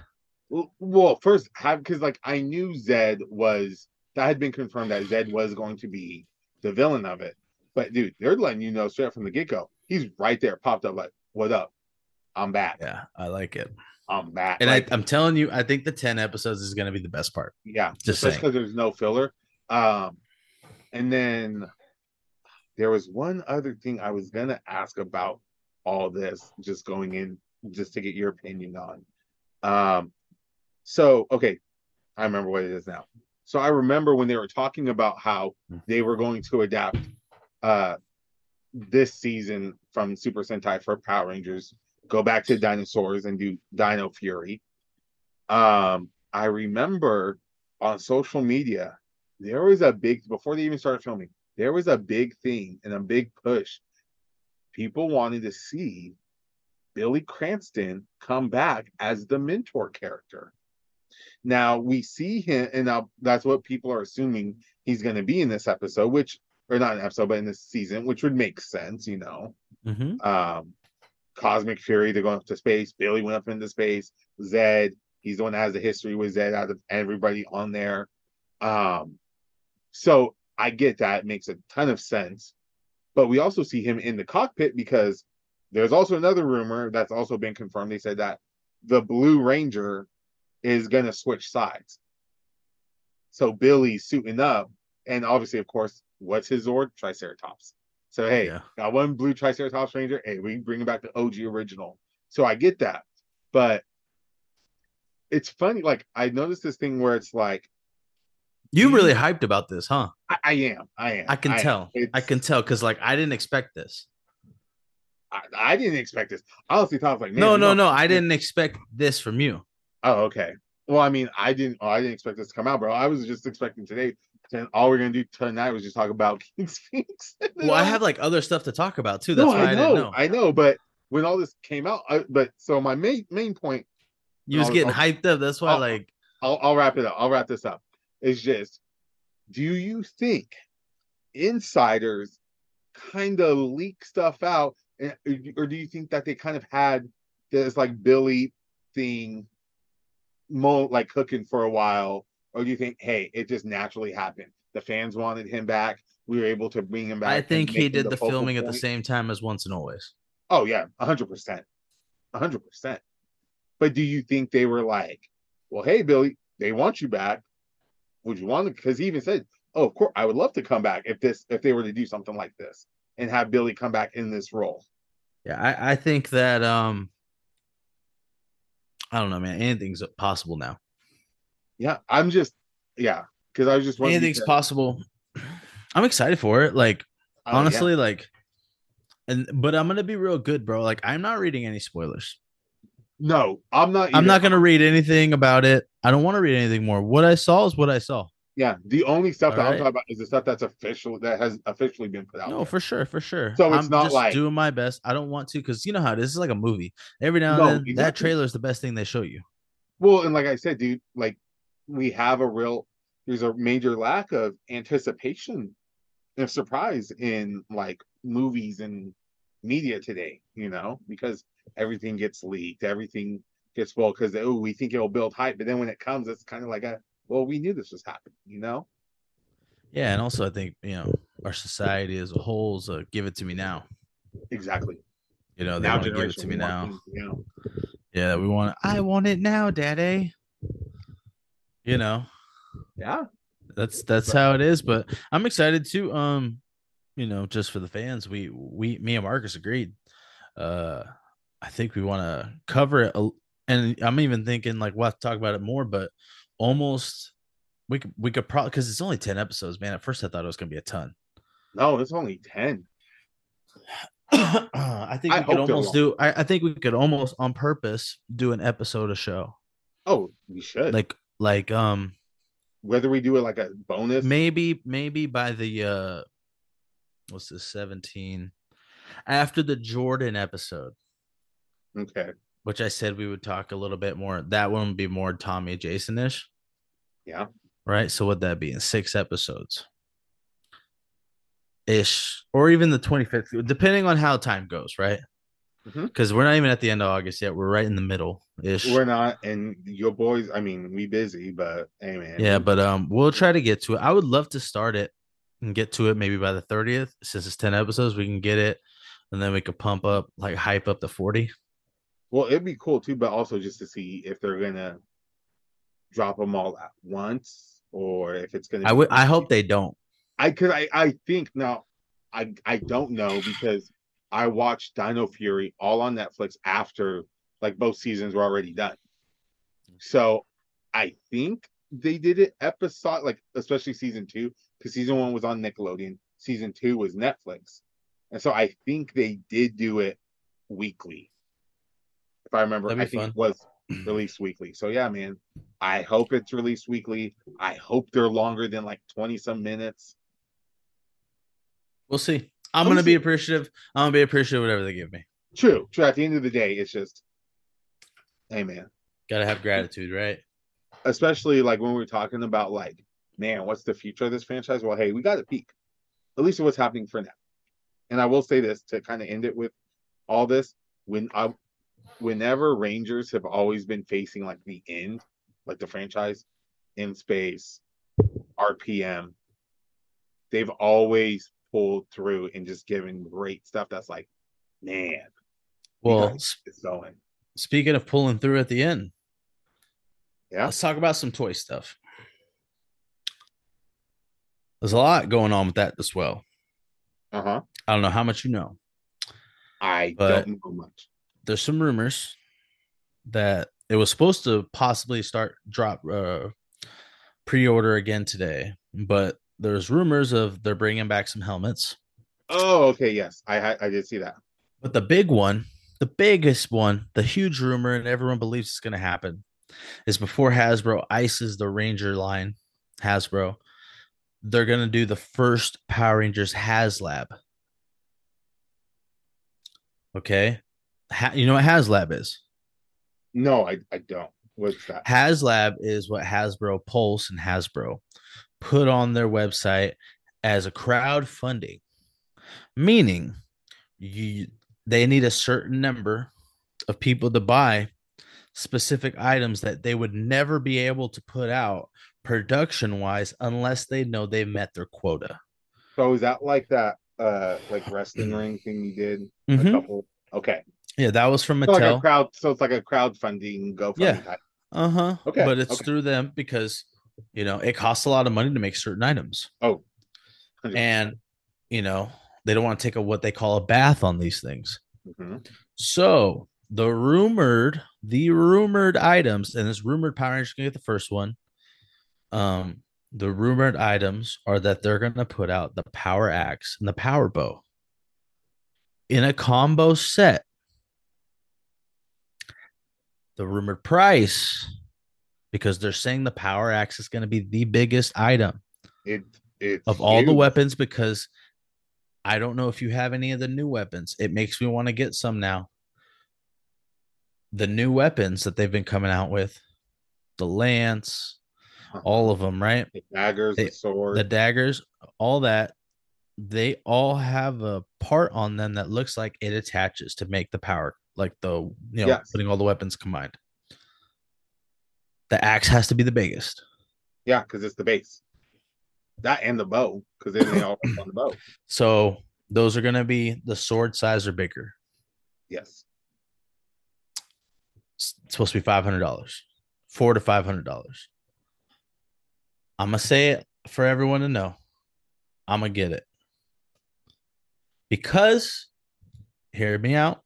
[SPEAKER 2] Well- Well, first, have because like I knew Zed was that had been confirmed that Zed was going to be the villain of it, but dude, they're letting you know straight from the get go. He's right there, popped up like, "What up? I'm back.
[SPEAKER 1] Yeah, I like it.
[SPEAKER 2] I'm back."
[SPEAKER 1] And
[SPEAKER 2] Like,
[SPEAKER 1] I, I'm telling you, I think the ten episodes is gonna be the best part.
[SPEAKER 2] yeah,
[SPEAKER 1] Just
[SPEAKER 2] especially
[SPEAKER 1] saying.
[SPEAKER 2] because there's no filler. Um, and then there was one other thing I was gonna ask about all this, just going in, just to get your opinion on. Um, so okay, I remember what it is now. So I remember when they were talking about how they were going to adapt uh this season from Super Sentai for Power Rangers, go back to dinosaurs and do Dino Fury. Um, I remember on social media, there was a big before they even started filming, there was a big thing and a big push. People wanted to see Billy Cranston come back as the mentor character. Now we see him, and now that's what people are assuming he's going to be in this episode, which or not an episode, but in this season, which would make sense, you know.
[SPEAKER 1] Mm-hmm.
[SPEAKER 2] Um, Cosmic Fury, they're going up to space. Billy went up into space. Zed, he's the one that has the history with Zed out of everybody on there. Um, so I get that it makes a ton of sense, but we also see him in the cockpit because there's also another rumor that's also been confirmed. They said that the Blue Ranger is going to switch sides. So Billy's suiting up, and obviously, of course, what's his Zord? Triceratops. So hey,
[SPEAKER 1] Yeah.
[SPEAKER 2] got one blue Triceratops Ranger. Hey, we bring back the OG original. So I get that, but it's funny. Like I noticed this thing where it's like
[SPEAKER 1] You
[SPEAKER 2] Do
[SPEAKER 1] really
[SPEAKER 2] you-
[SPEAKER 1] hyped about this, huh?
[SPEAKER 2] I, I am, I am,
[SPEAKER 1] I can
[SPEAKER 2] am.
[SPEAKER 1] tell. I
[SPEAKER 2] It's-
[SPEAKER 1] can tell because like I didn't expect this.
[SPEAKER 2] I, I didn't expect this. Honestly, Tom's like, man,
[SPEAKER 1] no,
[SPEAKER 2] you
[SPEAKER 1] no,
[SPEAKER 2] know-
[SPEAKER 1] no. I didn't expect this from you.
[SPEAKER 2] Oh, okay. Well, I mean, I didn't. Oh, I didn't expect this to come out, bro. I was just expecting today And all we're gonna do tonight was just talk about <laughs> King Sphinx. And then
[SPEAKER 1] Well, I
[SPEAKER 2] I'm
[SPEAKER 1] have like other stuff to talk about too. That's
[SPEAKER 2] no,
[SPEAKER 1] why I,
[SPEAKER 2] I
[SPEAKER 1] didn't
[SPEAKER 2] know,
[SPEAKER 1] know.
[SPEAKER 2] I know, but when all this came out, I, but so my main main point
[SPEAKER 1] you was
[SPEAKER 2] I'll-
[SPEAKER 1] getting
[SPEAKER 2] I'll-
[SPEAKER 1] hyped up. That's why,
[SPEAKER 2] I'll-
[SPEAKER 1] like,
[SPEAKER 2] I'll, I'll wrap it up. I'll wrap this up. It's just, do you think insiders kind of leak stuff out, and, or do you think that they kind of had this like Billy thing, mo like cooking for a while, or do you think, hey, it just naturally happened? The fans wanted him back. We were able to bring him back.
[SPEAKER 1] I
[SPEAKER 2] and
[SPEAKER 1] think
[SPEAKER 2] make
[SPEAKER 1] he
[SPEAKER 2] him
[SPEAKER 1] did the,
[SPEAKER 2] focal
[SPEAKER 1] filming at
[SPEAKER 2] point.
[SPEAKER 1] the same time as Once and Always.
[SPEAKER 2] Oh yeah, hundred percent, hundred percent. But do you think they were like, "Well, hey Billy, they want you back. Would you want to?" Because he even said, "Oh, of course, I would love to come back if this if they were to do something like this and have Billy come back in this role."
[SPEAKER 1] Yeah, I, I think that um, I don't know, man. Anything's possible now.
[SPEAKER 2] Yeah, I'm just yeah, because I was just wondering.
[SPEAKER 1] Anything's possible. I'm excited for it. Like,
[SPEAKER 2] Oh, yeah.
[SPEAKER 1] honestly like and but i'm gonna be real good bro like i'm not reading any spoilers
[SPEAKER 2] no, I'm not.
[SPEAKER 1] i'm
[SPEAKER 2] either.
[SPEAKER 1] not gonna read anything about it i don't want to read anything more what i saw is what i saw
[SPEAKER 2] Yeah, the only stuff that I'm
[SPEAKER 1] Alright.
[SPEAKER 2] talking about is the stuff that's official that has officially been put out.
[SPEAKER 1] no
[SPEAKER 2] there.
[SPEAKER 1] for sure for sure
[SPEAKER 2] Oh, So it's
[SPEAKER 1] i'm
[SPEAKER 2] not
[SPEAKER 1] just
[SPEAKER 2] like-
[SPEAKER 1] doing my best i don't want to because you know how it is It's like a movie every now and
[SPEAKER 2] No,
[SPEAKER 1] then that
[SPEAKER 2] exactly.
[SPEAKER 1] trailer is the best thing they show you
[SPEAKER 2] Well, and like I said, dude, like we have a real there's a major lack of anticipation and surprise in like movies and media today, you know, because everything gets leaked, everything gets well because oh, we think it'll build hype, but then when it comes, it's kind of like a well, we knew this was happening, you know?
[SPEAKER 1] yeah and also i think you know our society as a whole is uh, give it to me now
[SPEAKER 2] Exactly.
[SPEAKER 1] you know Oh, they want to give it to
[SPEAKER 2] we
[SPEAKER 1] me
[SPEAKER 2] want
[SPEAKER 1] now
[SPEAKER 2] things, you know.
[SPEAKER 1] yeah we want i want it now daddy you know
[SPEAKER 2] Yeah.
[SPEAKER 1] that's that's how it is but i'm excited too um you know just for the fans we we me and marcus agreed uh i think we want to cover it a- and i'm even thinking like we'll have to talk about it more but almost we could we could probably because it's only 10 episodes man at first i thought it was gonna be a ton
[SPEAKER 2] No, it's only 10.
[SPEAKER 1] <clears throat> i think
[SPEAKER 2] I
[SPEAKER 1] we could
[SPEAKER 2] hope they're
[SPEAKER 1] almost do I, I think we could almost on purpose do an episode of show
[SPEAKER 2] Oh, we should.
[SPEAKER 1] like like um
[SPEAKER 2] Whether we do it like a bonus,
[SPEAKER 1] maybe maybe by the uh what's this 17 after the jordan episode
[SPEAKER 2] okay.
[SPEAKER 1] which i said we would talk a little bit more that one would be more tommy jason-ish
[SPEAKER 2] Yeah.
[SPEAKER 1] right so would that be in six episodes ish or even the 25th depending on how time goes right
[SPEAKER 2] Mhm.
[SPEAKER 1] because we're not even at the end of august yet we're right in the middle ish
[SPEAKER 2] We're not, and your boys. I mean, we busy, but hey, man.
[SPEAKER 1] Yeah, but um, we'll try to get to it. I would love to start it and get to it maybe by the thirtieth, since it's ten episodes. We can get it, and then we could pump up, like hype up the forty.
[SPEAKER 2] Well, it'd be cool too, but also just to see if they're gonna drop them all at once or if it's gonna.
[SPEAKER 1] I would. I hope they don't.
[SPEAKER 2] I could. I I think now. I I don't know because I watched Dino Fury all on Netflix after like both seasons were already done. So I think they did it episode like especially season two because season one was on Nickelodeon, season two was Netflix, and so I think they did do it weekly. If I remember, I
[SPEAKER 1] That'd be
[SPEAKER 2] think
[SPEAKER 1] fun.
[SPEAKER 2] it was released weekly. So yeah, man, I hope it's released weekly. I hope they're longer than like twenty some minutes.
[SPEAKER 1] We'll see. I'm
[SPEAKER 2] We'll
[SPEAKER 1] gonna be
[SPEAKER 2] see.
[SPEAKER 1] appreciative. I'm gonna be appreciative of whatever they give me.
[SPEAKER 2] True, true. At the end of the day, it's just, hey man,
[SPEAKER 1] Gotta have gratitude, right?
[SPEAKER 2] especially like when we're talking about like, man, what's the future of this franchise? Well, hey, we got a peek, at least of what's happening for now. And I will say this to kind of end it with all this: when I, whenever Rangers have always been facing like the end, like the franchise, in space, RPM, they've always pulled through and just given great stuff. That's like, man,
[SPEAKER 1] Well,
[SPEAKER 2] guys-
[SPEAKER 1] s-
[SPEAKER 2] it's going.
[SPEAKER 1] speaking of pulling through at the end,
[SPEAKER 2] Yeah.
[SPEAKER 1] let's talk about some toy stuff. There's a lot going on with that as well.
[SPEAKER 2] Uh huh.
[SPEAKER 1] I don't know how much you know.
[SPEAKER 2] I
[SPEAKER 1] But-
[SPEAKER 2] don't know much.
[SPEAKER 1] there's some rumors that it was supposed to possibly start drop uh, pre-order again today, but there's rumors of they're bringing back some helmets.
[SPEAKER 2] Oh, okay, yes, I ha- I did see that.
[SPEAKER 1] But the big one, the biggest one, the huge rumor, and everyone believes it's going to happen, is before Hasbro ices the Ranger line, Hasbro they're gonna do the first Power Rangers HasLab. Okay, ha- you know what HasLab is?
[SPEAKER 2] No, I, I don't. What's that?
[SPEAKER 1] HasLab is what Hasbro Pulse and Hasbro put on their website as a crowdfunding, meaning you they need a certain number of people to buy specific items that they would never be able to put out production wise unless they know they met their quota.
[SPEAKER 2] So is that like that uh like wrestling
[SPEAKER 1] Mm-hmm.
[SPEAKER 2] ring thing you did?
[SPEAKER 1] Mhm.
[SPEAKER 2] A couple okay.
[SPEAKER 1] Yeah, that was from
[SPEAKER 2] So like a
[SPEAKER 1] Mattel.
[SPEAKER 2] crowd so it's like a crowdfunding GoFundMe
[SPEAKER 1] Yeah.
[SPEAKER 2] type.
[SPEAKER 1] Uh huh.
[SPEAKER 2] Okay,
[SPEAKER 1] But it's
[SPEAKER 2] okay.
[SPEAKER 1] through them because, you know, it costs a lot of money to make certain items.
[SPEAKER 2] Oh. 100%.
[SPEAKER 1] And, you know, they don't want to take a what they call a bath on these things.
[SPEAKER 2] Mhm.
[SPEAKER 1] So the rumored, the rumored items, and this rumored Power Rangers gonna get the first one. Um, the rumored items are that they're gonna put out the power axe and the power bow in a combo set. The rumored price, because they're saying the power axe is gonna be the biggest item
[SPEAKER 2] It it's
[SPEAKER 1] of all the
[SPEAKER 2] huge.
[SPEAKER 1] weapons because I don't know if you have any of the new weapons. It makes me want to get some now. The new weapons that they've been coming out with, the lance, all of them, right?
[SPEAKER 2] the daggers,
[SPEAKER 1] they-
[SPEAKER 2] the sword.
[SPEAKER 1] The daggers, all that, they all have a part on them that looks like it attaches to make the power, like the you know,
[SPEAKER 2] Yes.
[SPEAKER 1] putting all the weapons combined. The axe has to be the biggest.
[SPEAKER 2] yeah, because it's the base. That and the bow, because then
[SPEAKER 1] <clears throat>
[SPEAKER 2] they all on the bow.
[SPEAKER 1] So those are gonna be the sword size or bigger.
[SPEAKER 2] Yes.
[SPEAKER 1] it's supposed to be five hundred dollars, four to five hundred dollars. I'm gonna say it for everyone to know. I'm gonna get it because, hear me out.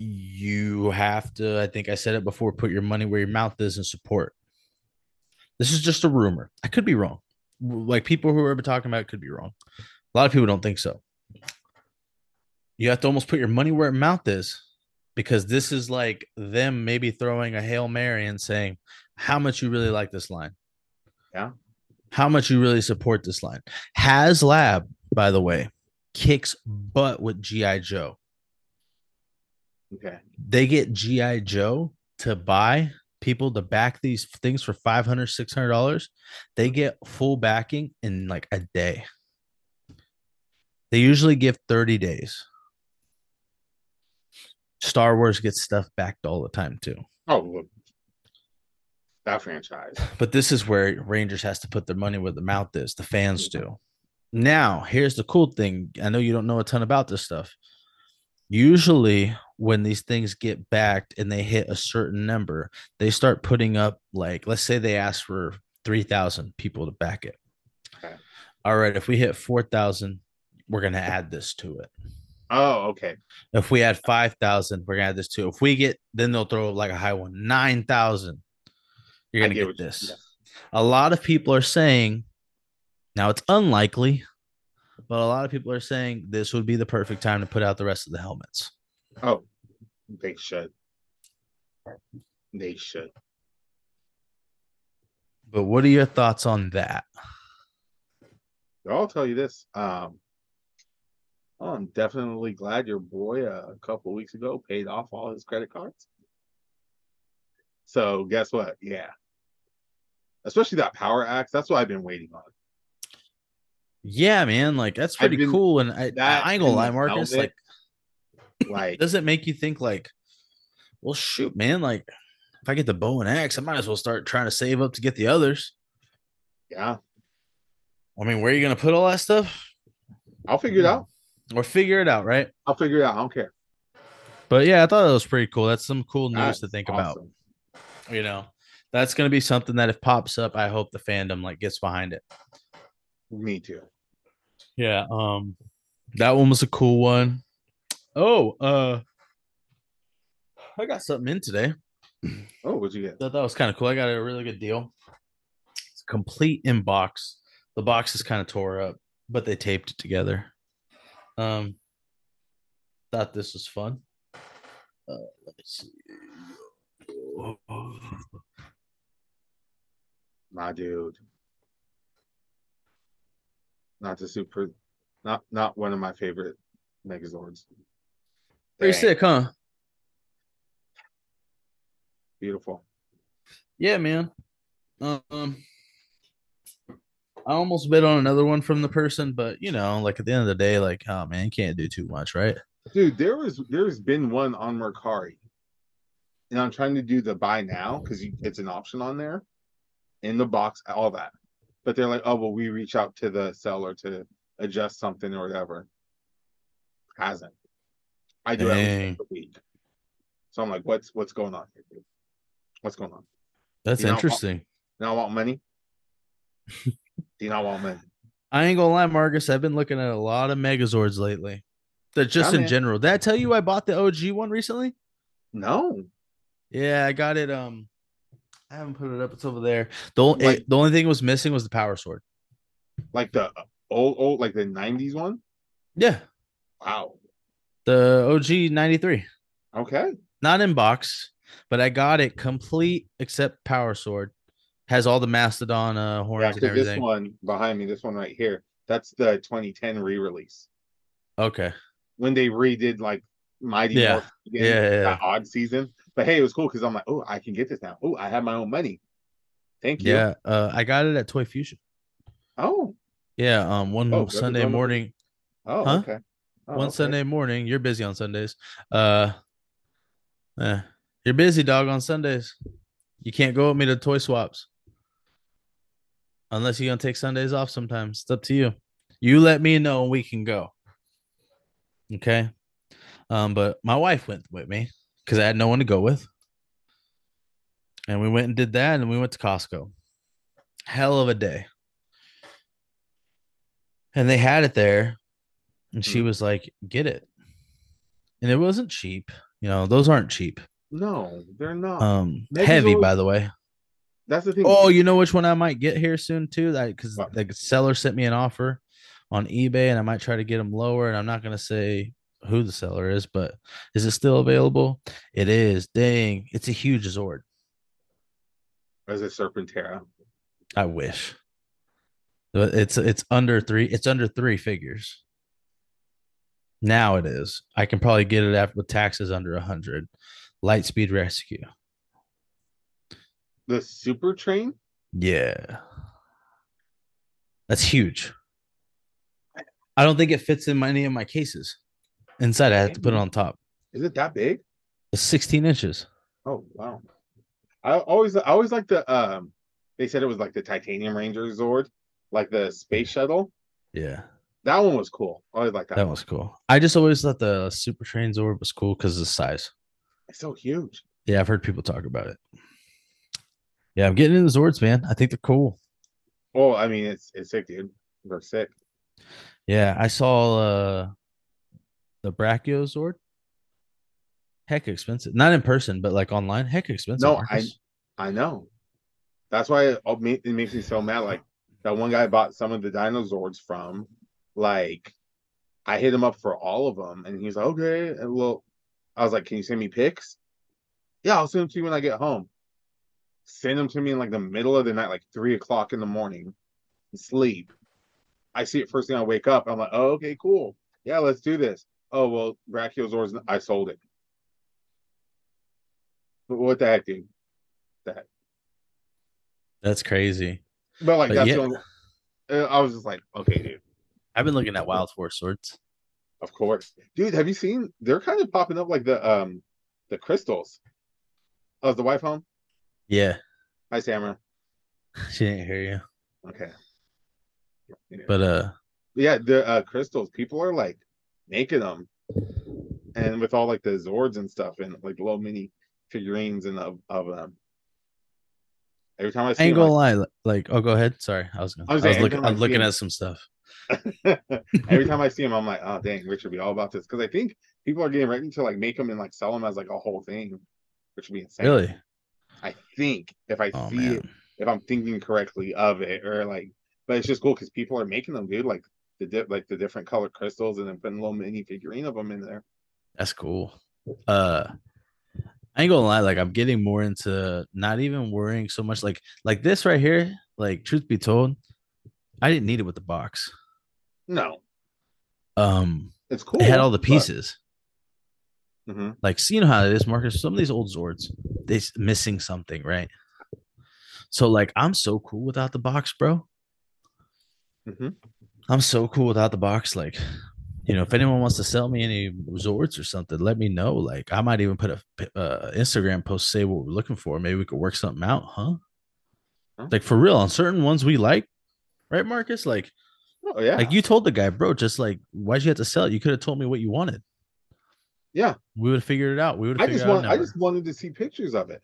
[SPEAKER 1] You have to. I think I said it before. Put your money where your mouth is and support. This is just a rumor. I could be wrong. Like people who are talking about it could be wrong. A lot of people don't think so. You have to almost put your money where your mouth is because this is like them maybe throwing a hail mary and saying how much you really like this line
[SPEAKER 2] Yeah.
[SPEAKER 1] how much you really support this line has lab by the way kicks butt with gi joe
[SPEAKER 2] Okay.
[SPEAKER 1] they get gi joe to buy people to back these things for 500 600 dollars they get full backing in like a day they usually give 30 days star wars gets stuff backed all the time too
[SPEAKER 2] Oh look. That franchise.
[SPEAKER 1] But this is where Rangers has to put their money where the mouth is. The fans do. Now, here's the cool thing. I know you don't know a ton about this stuff. Usually, when these things get backed and they hit a certain number, they start putting up like, let's say they ask for three thousand people to back it.
[SPEAKER 2] Okay.
[SPEAKER 1] All right, if we hit four thousand, we're gonna add this to it.
[SPEAKER 2] Oh, okay.
[SPEAKER 1] If we add five thousand, we're gonna add this too. If we get, then they'll throw like a high one, nine thousand. You're
[SPEAKER 2] I
[SPEAKER 1] gonna
[SPEAKER 2] get
[SPEAKER 1] get,
[SPEAKER 2] what you-
[SPEAKER 1] this
[SPEAKER 2] yeah.
[SPEAKER 1] a lot of people are saying now it's unlikely but a lot of people are saying this would be the perfect time to put out the rest of the helmets
[SPEAKER 2] Oh, they should. They should.
[SPEAKER 1] but what are your thoughts on that
[SPEAKER 2] I'll tell you this. Um, oh, I'm definitely glad your boy uh, a couple weeks ago paid off all his credit cards. So guess what? Yeah. Especially that power axe. That's what I've been waiting on.
[SPEAKER 1] yeah man like that's
[SPEAKER 2] I've
[SPEAKER 1] pretty
[SPEAKER 2] been-
[SPEAKER 1] cool and i,
[SPEAKER 2] that
[SPEAKER 1] I ain't gonna
[SPEAKER 2] and
[SPEAKER 1] lie
[SPEAKER 2] the
[SPEAKER 1] marcus
[SPEAKER 2] helmet.
[SPEAKER 1] like
[SPEAKER 2] Like,
[SPEAKER 1] does it make you think like well shoot man like if i get the bow and axe i might as well start trying to save up to get the others
[SPEAKER 2] yeah,
[SPEAKER 1] i mean where are you gonna put all that stuff Hmm.
[SPEAKER 2] I'll figure it out.
[SPEAKER 1] or figure it out right
[SPEAKER 2] I'll figure it out. I don't care.
[SPEAKER 1] but yeah i thought it was pretty cool that's some cool news
[SPEAKER 2] That's
[SPEAKER 1] to think about
[SPEAKER 2] awesome.
[SPEAKER 1] you know that's going to be something that if pops up i hope the fandom like gets behind it
[SPEAKER 2] Me too.
[SPEAKER 1] yeah um that one was a cool one. Oh, uh i got something in today
[SPEAKER 2] Oh, what'd you get?
[SPEAKER 1] thought that was kind of cool i got a really good deal it's a complete inbox the box is kind of tore up but they taped it together um thought this was fun uh, let me see
[SPEAKER 2] My dude. not the super, not not one of my favorite Megazords.
[SPEAKER 1] Pretty
[SPEAKER 2] Dang,
[SPEAKER 1] sick, huh?
[SPEAKER 2] Beautiful.
[SPEAKER 1] Yeah, man. Um, I almost bid on another one from the person, but you know, like at the end of the day, like, oh man, you can't do too much, right?
[SPEAKER 2] Dude, there was there's been one on Mercari. And I'm trying to do the buy now because it's an option on there in the box, all that. But they're like, oh, well, we reach out to the seller to adjust something or whatever. Hasn't. I do at least
[SPEAKER 1] Dang.
[SPEAKER 2] once a week. So I'm like, what's what's going on here? Dude? What's going on?
[SPEAKER 1] That's
[SPEAKER 2] You know,
[SPEAKER 1] interesting.
[SPEAKER 2] Do you not
[SPEAKER 1] <laughs>
[SPEAKER 2] want money? do you not want money?
[SPEAKER 1] I ain't gonna lie, Marcus. I've been looking at a lot of Megazords lately. That just
[SPEAKER 2] Yeah,
[SPEAKER 1] in
[SPEAKER 2] man.
[SPEAKER 1] general. Did I tell you I bought the OG one recently?
[SPEAKER 2] No.
[SPEAKER 1] Yeah, I got it. Um, I haven't put it up. It's over there. The only
[SPEAKER 2] Like-
[SPEAKER 1] the only thing was missing was the power sword.
[SPEAKER 2] Like the old old like the nineties one?
[SPEAKER 1] Yeah,
[SPEAKER 2] Wow.
[SPEAKER 1] the OG ninety three.
[SPEAKER 2] Okay.
[SPEAKER 1] Not in box, but I got it complete except power sword. Has all the mastodon uh, horns
[SPEAKER 2] Yeah,
[SPEAKER 1] and
[SPEAKER 2] 'cause this
[SPEAKER 1] everything.
[SPEAKER 2] one behind me, this one right here, that's the 2010 re-release
[SPEAKER 1] Okay.
[SPEAKER 2] when they redid like Mighty
[SPEAKER 1] Yeah.
[SPEAKER 2] Morphin
[SPEAKER 1] Yeah,
[SPEAKER 2] again,
[SPEAKER 1] yeah, yeah.
[SPEAKER 2] that odd season. But hey, it was cool because I'm like, oh, I can get this now. Oh, I have my own money. Thank you.
[SPEAKER 1] Yeah, uh, I got it at Toy Fusion.
[SPEAKER 2] Oh,
[SPEAKER 1] Yeah, um, one
[SPEAKER 2] Oh, that's
[SPEAKER 1] Sunday
[SPEAKER 2] another-
[SPEAKER 1] morning,
[SPEAKER 2] oh,
[SPEAKER 1] Huh?
[SPEAKER 2] okay. Oh,
[SPEAKER 1] one
[SPEAKER 2] okay.
[SPEAKER 1] Sunday morning. You're busy on Sundays. Uh, eh, you're busy, dog, on Sundays. You can't go with me to toy swaps unless you're gonna take Sundays off. Sometimes it's up to you. You let me know and we can go. Okay. Um, but my wife went with me because I had no one to go with, and we went and did that, and we went to Costco. Hell of a day. And they had it there, and she
[SPEAKER 2] Hmm.
[SPEAKER 1] was like, "Get it," and it wasn't cheap. You know, those aren't cheap.
[SPEAKER 2] No, they're not.
[SPEAKER 1] Um,
[SPEAKER 2] Megazord-
[SPEAKER 1] heavy, by the way.
[SPEAKER 2] that's the thing.
[SPEAKER 1] Oh, you know which one I might get here soon too. That because
[SPEAKER 2] What?
[SPEAKER 1] the seller sent me an offer on eBay, and I might try to get them lower. And I'm not gonna say who the seller is, but is it still available? It is. Dang, it's a huge Zord.
[SPEAKER 2] As a Serpentera.
[SPEAKER 1] I wish. But It's it's under three. It's under three figures. Now it is. I can probably get it after with taxes under a hundred. Lightspeed Rescue.
[SPEAKER 2] The Super Train?
[SPEAKER 1] Yeah. That's huge. I don't think it fits in my, any of my cases. Inside, I have to put it on top.
[SPEAKER 2] Is it that big?
[SPEAKER 1] It's 16 inches.
[SPEAKER 2] Oh wow. I always I always like the um they said it was like the Titanium Ranger Zord, like the space shuttle.
[SPEAKER 1] Yeah.
[SPEAKER 2] That one was cool. I always like that,
[SPEAKER 1] That
[SPEAKER 2] one.
[SPEAKER 1] was cool. I just always thought the Super Train Zord was cool because of the size.
[SPEAKER 2] It's so huge.
[SPEAKER 1] Yeah, I've heard people talk about it. Yeah, I'm getting into Zords, man. I think they're cool.
[SPEAKER 2] Oh, I mean, it's it's sick, dude. They're sick.
[SPEAKER 1] Yeah, I saw uh the Brachio Zord. Heck expensive. Not in person, but like online. Heck expensive.
[SPEAKER 2] No, I-
[SPEAKER 1] Marcus.
[SPEAKER 2] I know. That's why it, all ma- it makes me so mad. Like that one guy I bought some of the dinosaurs from. Like, I hit him up for all of them, and he's like, "Okay." And well, I was like, "Can you send me pics?" Yeah, I'll send them to you when I get home. Send them to me in like the middle of the night, like three o'clock in the morning. Sleep. I see it first thing I wake up. I'm like, "Oh, okay, cool. Yeah, let's do this." Oh well, Brachiosaurus. I sold it. What the heck, dude?
[SPEAKER 1] That's crazy.
[SPEAKER 2] But like
[SPEAKER 1] But
[SPEAKER 2] that's
[SPEAKER 1] yeah.
[SPEAKER 2] the only, uh, I was just like, okay, dude.
[SPEAKER 1] I've been looking at Wild Force Swords.
[SPEAKER 2] Of course, dude. Have you seen? They're kind of popping up like the um, the crystals. Oh, is the wife home?
[SPEAKER 1] Yeah, <laughs>
[SPEAKER 2] Hi, Samra.
[SPEAKER 1] she didn't hear you.
[SPEAKER 2] Okay. Anyway.
[SPEAKER 1] But uh,
[SPEAKER 2] yeah, the uh, crystals. People are like making them, and with all like the Zords and stuff, and like little mini figurines and of of them. Every time I
[SPEAKER 1] I
[SPEAKER 2] see,
[SPEAKER 1] ain't
[SPEAKER 2] 'em,
[SPEAKER 1] gonna lie. li- Like, oh, go ahead. Sorry, I was gonna. I
[SPEAKER 2] I was
[SPEAKER 1] was,
[SPEAKER 2] saying, ain't
[SPEAKER 1] looking.
[SPEAKER 2] gonna
[SPEAKER 1] I'm
[SPEAKER 2] lie,
[SPEAKER 1] looking
[SPEAKER 2] yeah.
[SPEAKER 1] at some stuff. <laughs>
[SPEAKER 2] like, every time I see them, I'm like, oh dang, Richard be all about this because I think people are getting ready to like make them and like sell them as like a whole thing, which would be insane.
[SPEAKER 1] Really?
[SPEAKER 2] I think if I
[SPEAKER 1] Oh
[SPEAKER 2] see it,
[SPEAKER 1] man.
[SPEAKER 2] if I'm thinking correctly of it, or like, but it's just cool because people are making them, dude. Like the di- like the different color crystals, and then putting a little mini figurine of them in there.
[SPEAKER 1] That's cool. Uh I ain't gonna lie, like I'm getting more into not even worrying so much like like this right here, like truth be told, I didn't need it with the box.
[SPEAKER 2] No,
[SPEAKER 1] Um,
[SPEAKER 2] it's cool.
[SPEAKER 1] it had all the
[SPEAKER 2] but-
[SPEAKER 1] pieces.
[SPEAKER 2] Mhm.
[SPEAKER 1] like so you know how it is marcus some of these old zords they s- missing something right so like i'm so cool without the box bro
[SPEAKER 2] Mhm.
[SPEAKER 1] i'm so cool without the box like you know if anyone wants to sell me any zords or something let me know like i might even put a p- uh, instagram post say what we're looking for maybe we could work something out huh
[SPEAKER 2] Huh?
[SPEAKER 1] like for real on certain ones we like right marcus like
[SPEAKER 2] Oh
[SPEAKER 1] <laughs>
[SPEAKER 2] yeah.
[SPEAKER 1] like you told the guy bro just like why'd you have to sell it you could have told me what you wanted
[SPEAKER 2] Yeah.
[SPEAKER 1] we would have figured it out we would
[SPEAKER 2] I
[SPEAKER 1] have
[SPEAKER 2] just
[SPEAKER 1] figured out
[SPEAKER 2] want
[SPEAKER 1] an
[SPEAKER 2] I
[SPEAKER 1] hour.
[SPEAKER 2] just wanted to see pictures of it.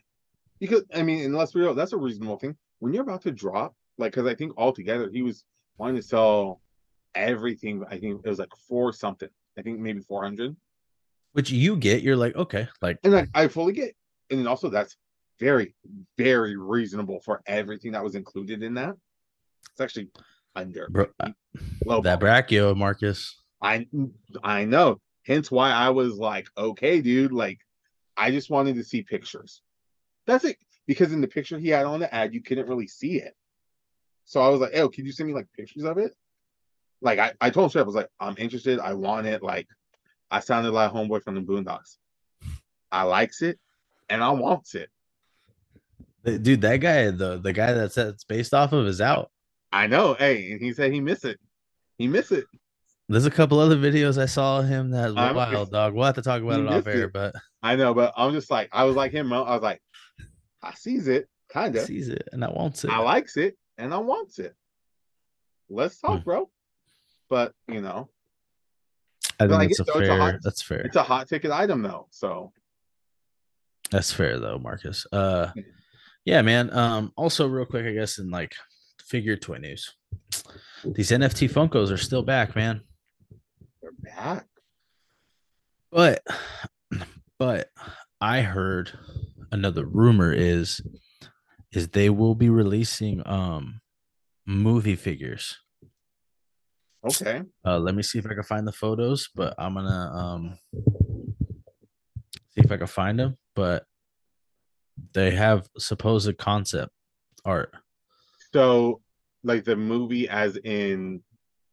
[SPEAKER 2] Because I mean, and let's be real, that's a reasonable thing. When you're about to drop, like because I think altogether he was wanting to sell everything. I think it was like four something. I think maybe four hundred.
[SPEAKER 1] which you get you're like okay like
[SPEAKER 2] And like I fully get. And then also that's very, very reasonable for everything that was included in that. It's actually under
[SPEAKER 1] bro,
[SPEAKER 2] low.
[SPEAKER 1] that brachio marcus
[SPEAKER 2] I I know. Hence why I was like, okay, dude, like I just wanted to see pictures. That's it. Because in the picture he had on the ad, you couldn't really see it. So I was like, oh, can you send me like pictures of it? Like I, I told him straight up, I was like, I'm interested. I want it. Like I sounded like homeboy from the boondocks. I likes it and I wants it.
[SPEAKER 1] Th- dude that guy the the guy that's that's based off of is out
[SPEAKER 2] I know. Hey, and he said he miss it. He miss it.
[SPEAKER 1] there's a couple other videos i saw of him that
[SPEAKER 2] I'm-
[SPEAKER 1] wild dog we'll have to talk about
[SPEAKER 2] You
[SPEAKER 1] it off
[SPEAKER 2] missed
[SPEAKER 1] air
[SPEAKER 2] it.
[SPEAKER 1] but
[SPEAKER 2] I know, but I'm just like, I was like him. I was like, I sees it,
[SPEAKER 1] he
[SPEAKER 2] kinda.
[SPEAKER 1] sees it and i won't say
[SPEAKER 2] I likes it and I wants it. Let's talk,
[SPEAKER 1] Hmm.
[SPEAKER 2] bro. But you know,
[SPEAKER 1] i
[SPEAKER 2] but I
[SPEAKER 1] think that's
[SPEAKER 2] guess
[SPEAKER 1] a
[SPEAKER 2] so, it's a hot-
[SPEAKER 1] fair that's fair
[SPEAKER 2] it's a hot ticket item though. So
[SPEAKER 1] That's fair though, Marcus. Uh
[SPEAKER 2] Yeah.
[SPEAKER 1] yeah, man. Um also real quick, I guess in like figure toy news. These NFT Funkos are still back, man.
[SPEAKER 2] they're back.
[SPEAKER 1] But but I heard another rumor is is they will be releasing um movie figures.
[SPEAKER 2] Okay.
[SPEAKER 1] Uh let me see if I can find the photos, but I'm gonna um see if I can find them. But they have supposed concept art.
[SPEAKER 2] So like the movie as in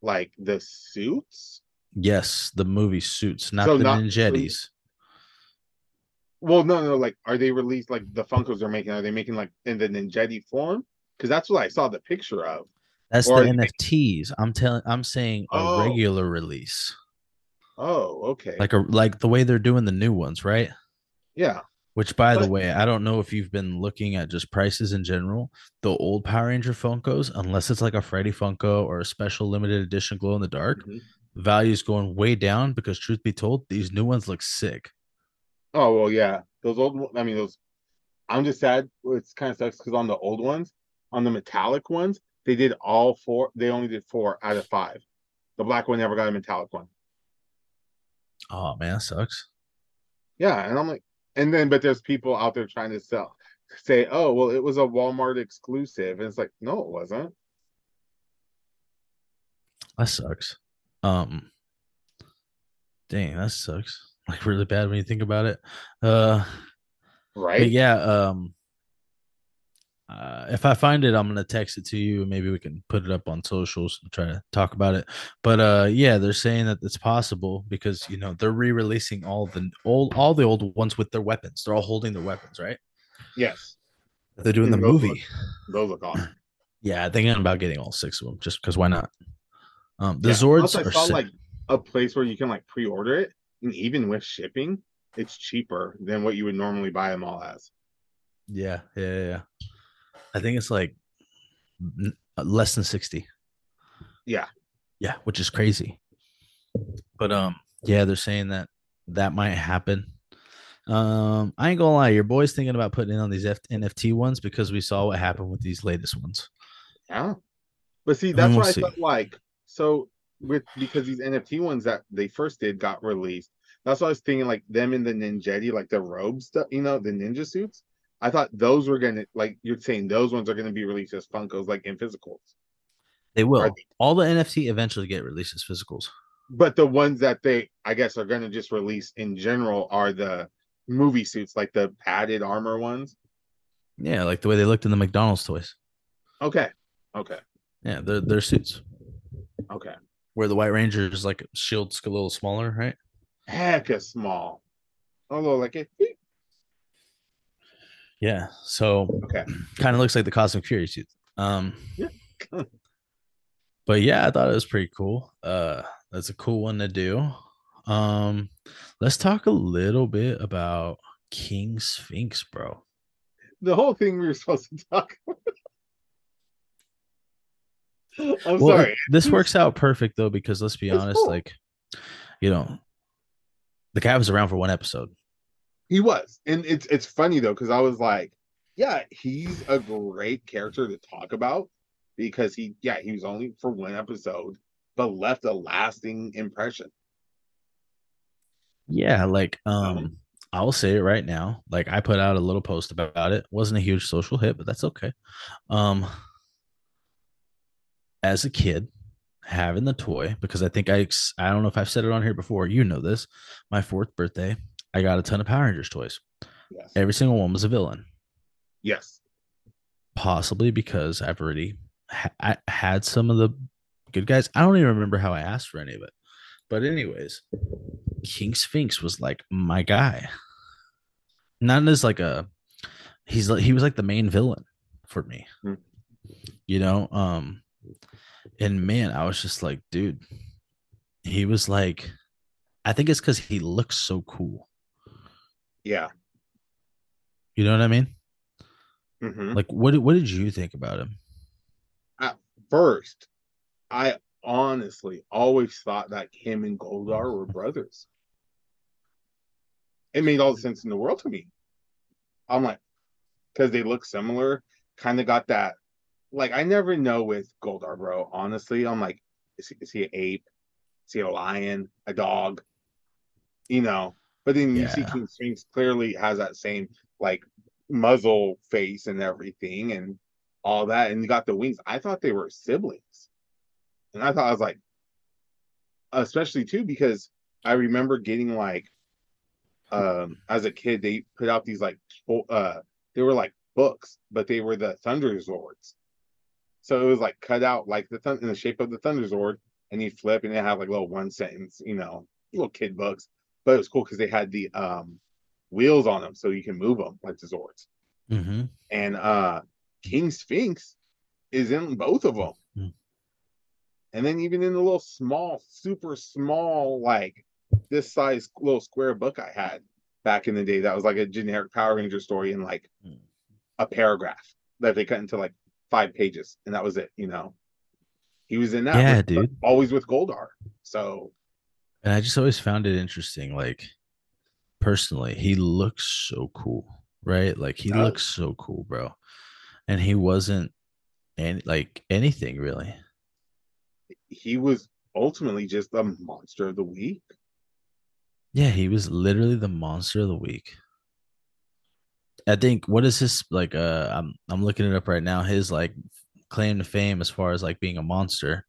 [SPEAKER 2] like the suits?
[SPEAKER 1] Yes, the movie suits, not
[SPEAKER 2] So
[SPEAKER 1] the
[SPEAKER 2] not- so-
[SPEAKER 1] Ninjettis.
[SPEAKER 2] Well, no, no, like are they released like the Funkos they're making? Are they making like in the ninjetti form? Because that's what I saw the picture of.
[SPEAKER 1] That's the
[SPEAKER 2] or-
[SPEAKER 1] NFTs. I'm telling I'm saying a
[SPEAKER 2] Oh.
[SPEAKER 1] regular release.
[SPEAKER 2] Oh, okay.
[SPEAKER 1] Like a like the way they're doing the new ones, right?
[SPEAKER 2] yeah.
[SPEAKER 1] Which by the
[SPEAKER 2] But-
[SPEAKER 1] way, I don't know if you've been looking at just prices in general. The old Power Ranger Funkos, unless it's like a Freddy Funko or a special limited edition glow in the dark,
[SPEAKER 2] Mhm.
[SPEAKER 1] value's going way down because truth be told, these new ones look sick.
[SPEAKER 2] Oh well, yeah. Those old, one- I mean, those. I'm just sad. It's kind of sucks because on the old ones, on the metallic ones, they did all four. They only did four out of five. The black one never got a metallic one.
[SPEAKER 1] Oh man, that sucks.
[SPEAKER 2] Yeah, and I'm like, and then but there's people out there trying to sell, say, oh well, it was a Walmart exclusive, and it's like, no, it wasn't.
[SPEAKER 1] That sucks. Um dang, that sucks. <laughs> Like really bad when you think about it. Uh
[SPEAKER 2] Right?
[SPEAKER 1] but yeah, um uh, if I find it, I'm gonna text it to you. and Maybe we can put it up on socials and try to talk about it. But uh, yeah, they're saying that it's possible because you know they're re-releasing all the old, all the old ones with their weapons. They're all holding their weapons, right?
[SPEAKER 2] Yes,
[SPEAKER 1] They're doing the
[SPEAKER 2] Mhm.
[SPEAKER 1] movie.
[SPEAKER 2] those look awesome.
[SPEAKER 1] Yeah, thinking about getting all six of them just because why not? Um, the
[SPEAKER 2] Yeah.
[SPEAKER 1] Zords
[SPEAKER 2] Plus, I
[SPEAKER 1] are
[SPEAKER 2] saw
[SPEAKER 1] sick.
[SPEAKER 2] like a place where you can like pre-order it, and even with shipping, it's cheaper than what you would normally buy them all as.
[SPEAKER 1] Yeah, yeah, yeah, yeah. I think it's like n- uh, less than 60.
[SPEAKER 2] Yeah.
[SPEAKER 1] Yeah, which is crazy. But um yeah, they're saying that that might happen. Um I ain't going to lie, your boy's thinking about putting in on these F- NFT ones because we saw what happened with these latest ones.
[SPEAKER 2] Yeah. But see,
[SPEAKER 1] And
[SPEAKER 2] that's
[SPEAKER 1] Mm, we'll
[SPEAKER 2] what I
[SPEAKER 1] see.
[SPEAKER 2] felt like. So with because these NFT ones that they first did got released. That's what I was thinking, like them in the ninjetti, like the robes stuff, you know, the ninja suits. I thought those were gonna like you're saying those ones are gonna be released as Funkos, like in physicals.
[SPEAKER 1] They will.
[SPEAKER 2] Are-
[SPEAKER 1] All the NFT eventually get released as physicals.
[SPEAKER 2] But the ones that they I guess are gonna just release in general are the movie suits, like the padded armor ones.
[SPEAKER 1] Yeah, like the way they looked in the McDonald's toys.
[SPEAKER 2] Okay. Okay.
[SPEAKER 1] Yeah, they're, they're suits.
[SPEAKER 2] Okay.
[SPEAKER 1] where the White Ranger is like shield's a little smaller, right?
[SPEAKER 2] Heck is small. Although like it
[SPEAKER 1] Yeah. So <clears throat>
[SPEAKER 2] Okay.
[SPEAKER 1] kind of looks like the Cosmic Fury suit. Um
[SPEAKER 2] Yeah.
[SPEAKER 1] But yeah, I thought it was pretty cool. Uh that's a cool one to do. Um let's talk a little bit about King Sphinx, bro.
[SPEAKER 2] the whole thing we were supposed to talk <laughs> about. I'm
[SPEAKER 1] Well,
[SPEAKER 2] Oh, sorry.
[SPEAKER 1] This works out perfect though, because let's be
[SPEAKER 2] It's
[SPEAKER 1] honest,
[SPEAKER 2] cool.
[SPEAKER 1] like you know, the guy was around for one episode.
[SPEAKER 2] He was. And it's it's funny though, because I was like, yeah, he's a great character to talk about because he yeah, he was only for one episode, but left a lasting impression.
[SPEAKER 1] Yeah, like um I'll say it right now. Like I put out a little post about it. Wasn't a huge social hit, but that's okay. Um as a kid having the toy because I think I ex- I don't know if I've said it on here before. You know this. My 4th birthday, I got a ton of Power Rangers toys.
[SPEAKER 2] Yes.
[SPEAKER 1] Every single one was a villain.
[SPEAKER 2] Yes.
[SPEAKER 1] Possibly because I've already ha- I had some of the good guys. I don't even remember how I asked for any of it. But anyways, King Sphinx was like my guy. Not as like a he's like he was like the main villain for me.
[SPEAKER 2] Hmm.
[SPEAKER 1] You know, um and man, I was just like, dude, he was like I think it's cuz he looks so cool.
[SPEAKER 2] Yeah.
[SPEAKER 1] You know what I mean?
[SPEAKER 2] hmm
[SPEAKER 1] Like what what did you think about him?
[SPEAKER 2] First, I honestly always thought that him and Goldar were brothers. It made all the sense in the world to me. I'm like, because they look similar, kind of got that. Like, I never know with Goldar, bro. Honestly, I'm like, is he, is he an ape? Is he a lion? A dog? You know? But then you see
[SPEAKER 1] Yeah.
[SPEAKER 2] King Sphinx clearly has that same, like, muzzle face and everything and all that. And you got the wings. I thought they were siblings. And I thought, I was like, especially too, because I remember getting like, um, as a kid, they put out these like, fo- uh, they were like books, but they were the Thunder Zords. So it was like cut out like the thun- in the shape of the Thunder Zord, and you flip and it had like little one sentence, you know, little kid books. But it was cool because they had the um wheels on them, so you can move them like the Zords.
[SPEAKER 1] Mhm.
[SPEAKER 2] And uh King Sphinx is in both of them.
[SPEAKER 1] Mm.
[SPEAKER 2] And then even in the little small, super small, like this size little square book I had back in the day, that was like a generic Power Ranger story in like
[SPEAKER 1] Mm.
[SPEAKER 2] a paragraph that they cut into like five pages, and that was it. You know, he was in that.
[SPEAKER 1] Yeah,
[SPEAKER 2] with-
[SPEAKER 1] dude.
[SPEAKER 2] Always with Goldar. So
[SPEAKER 1] And I just always found it interesting. Like, personally, he looks so cool, right? Like, he
[SPEAKER 2] does.
[SPEAKER 1] looks so cool, bro. And he wasn't any like anything really.
[SPEAKER 2] he was ultimately just a monster of the week.
[SPEAKER 1] Yeah, he was literally the monster of the week. I think what is his like? Uh, I'm I'm looking it up right now. His like claim to fame as far as like being a monster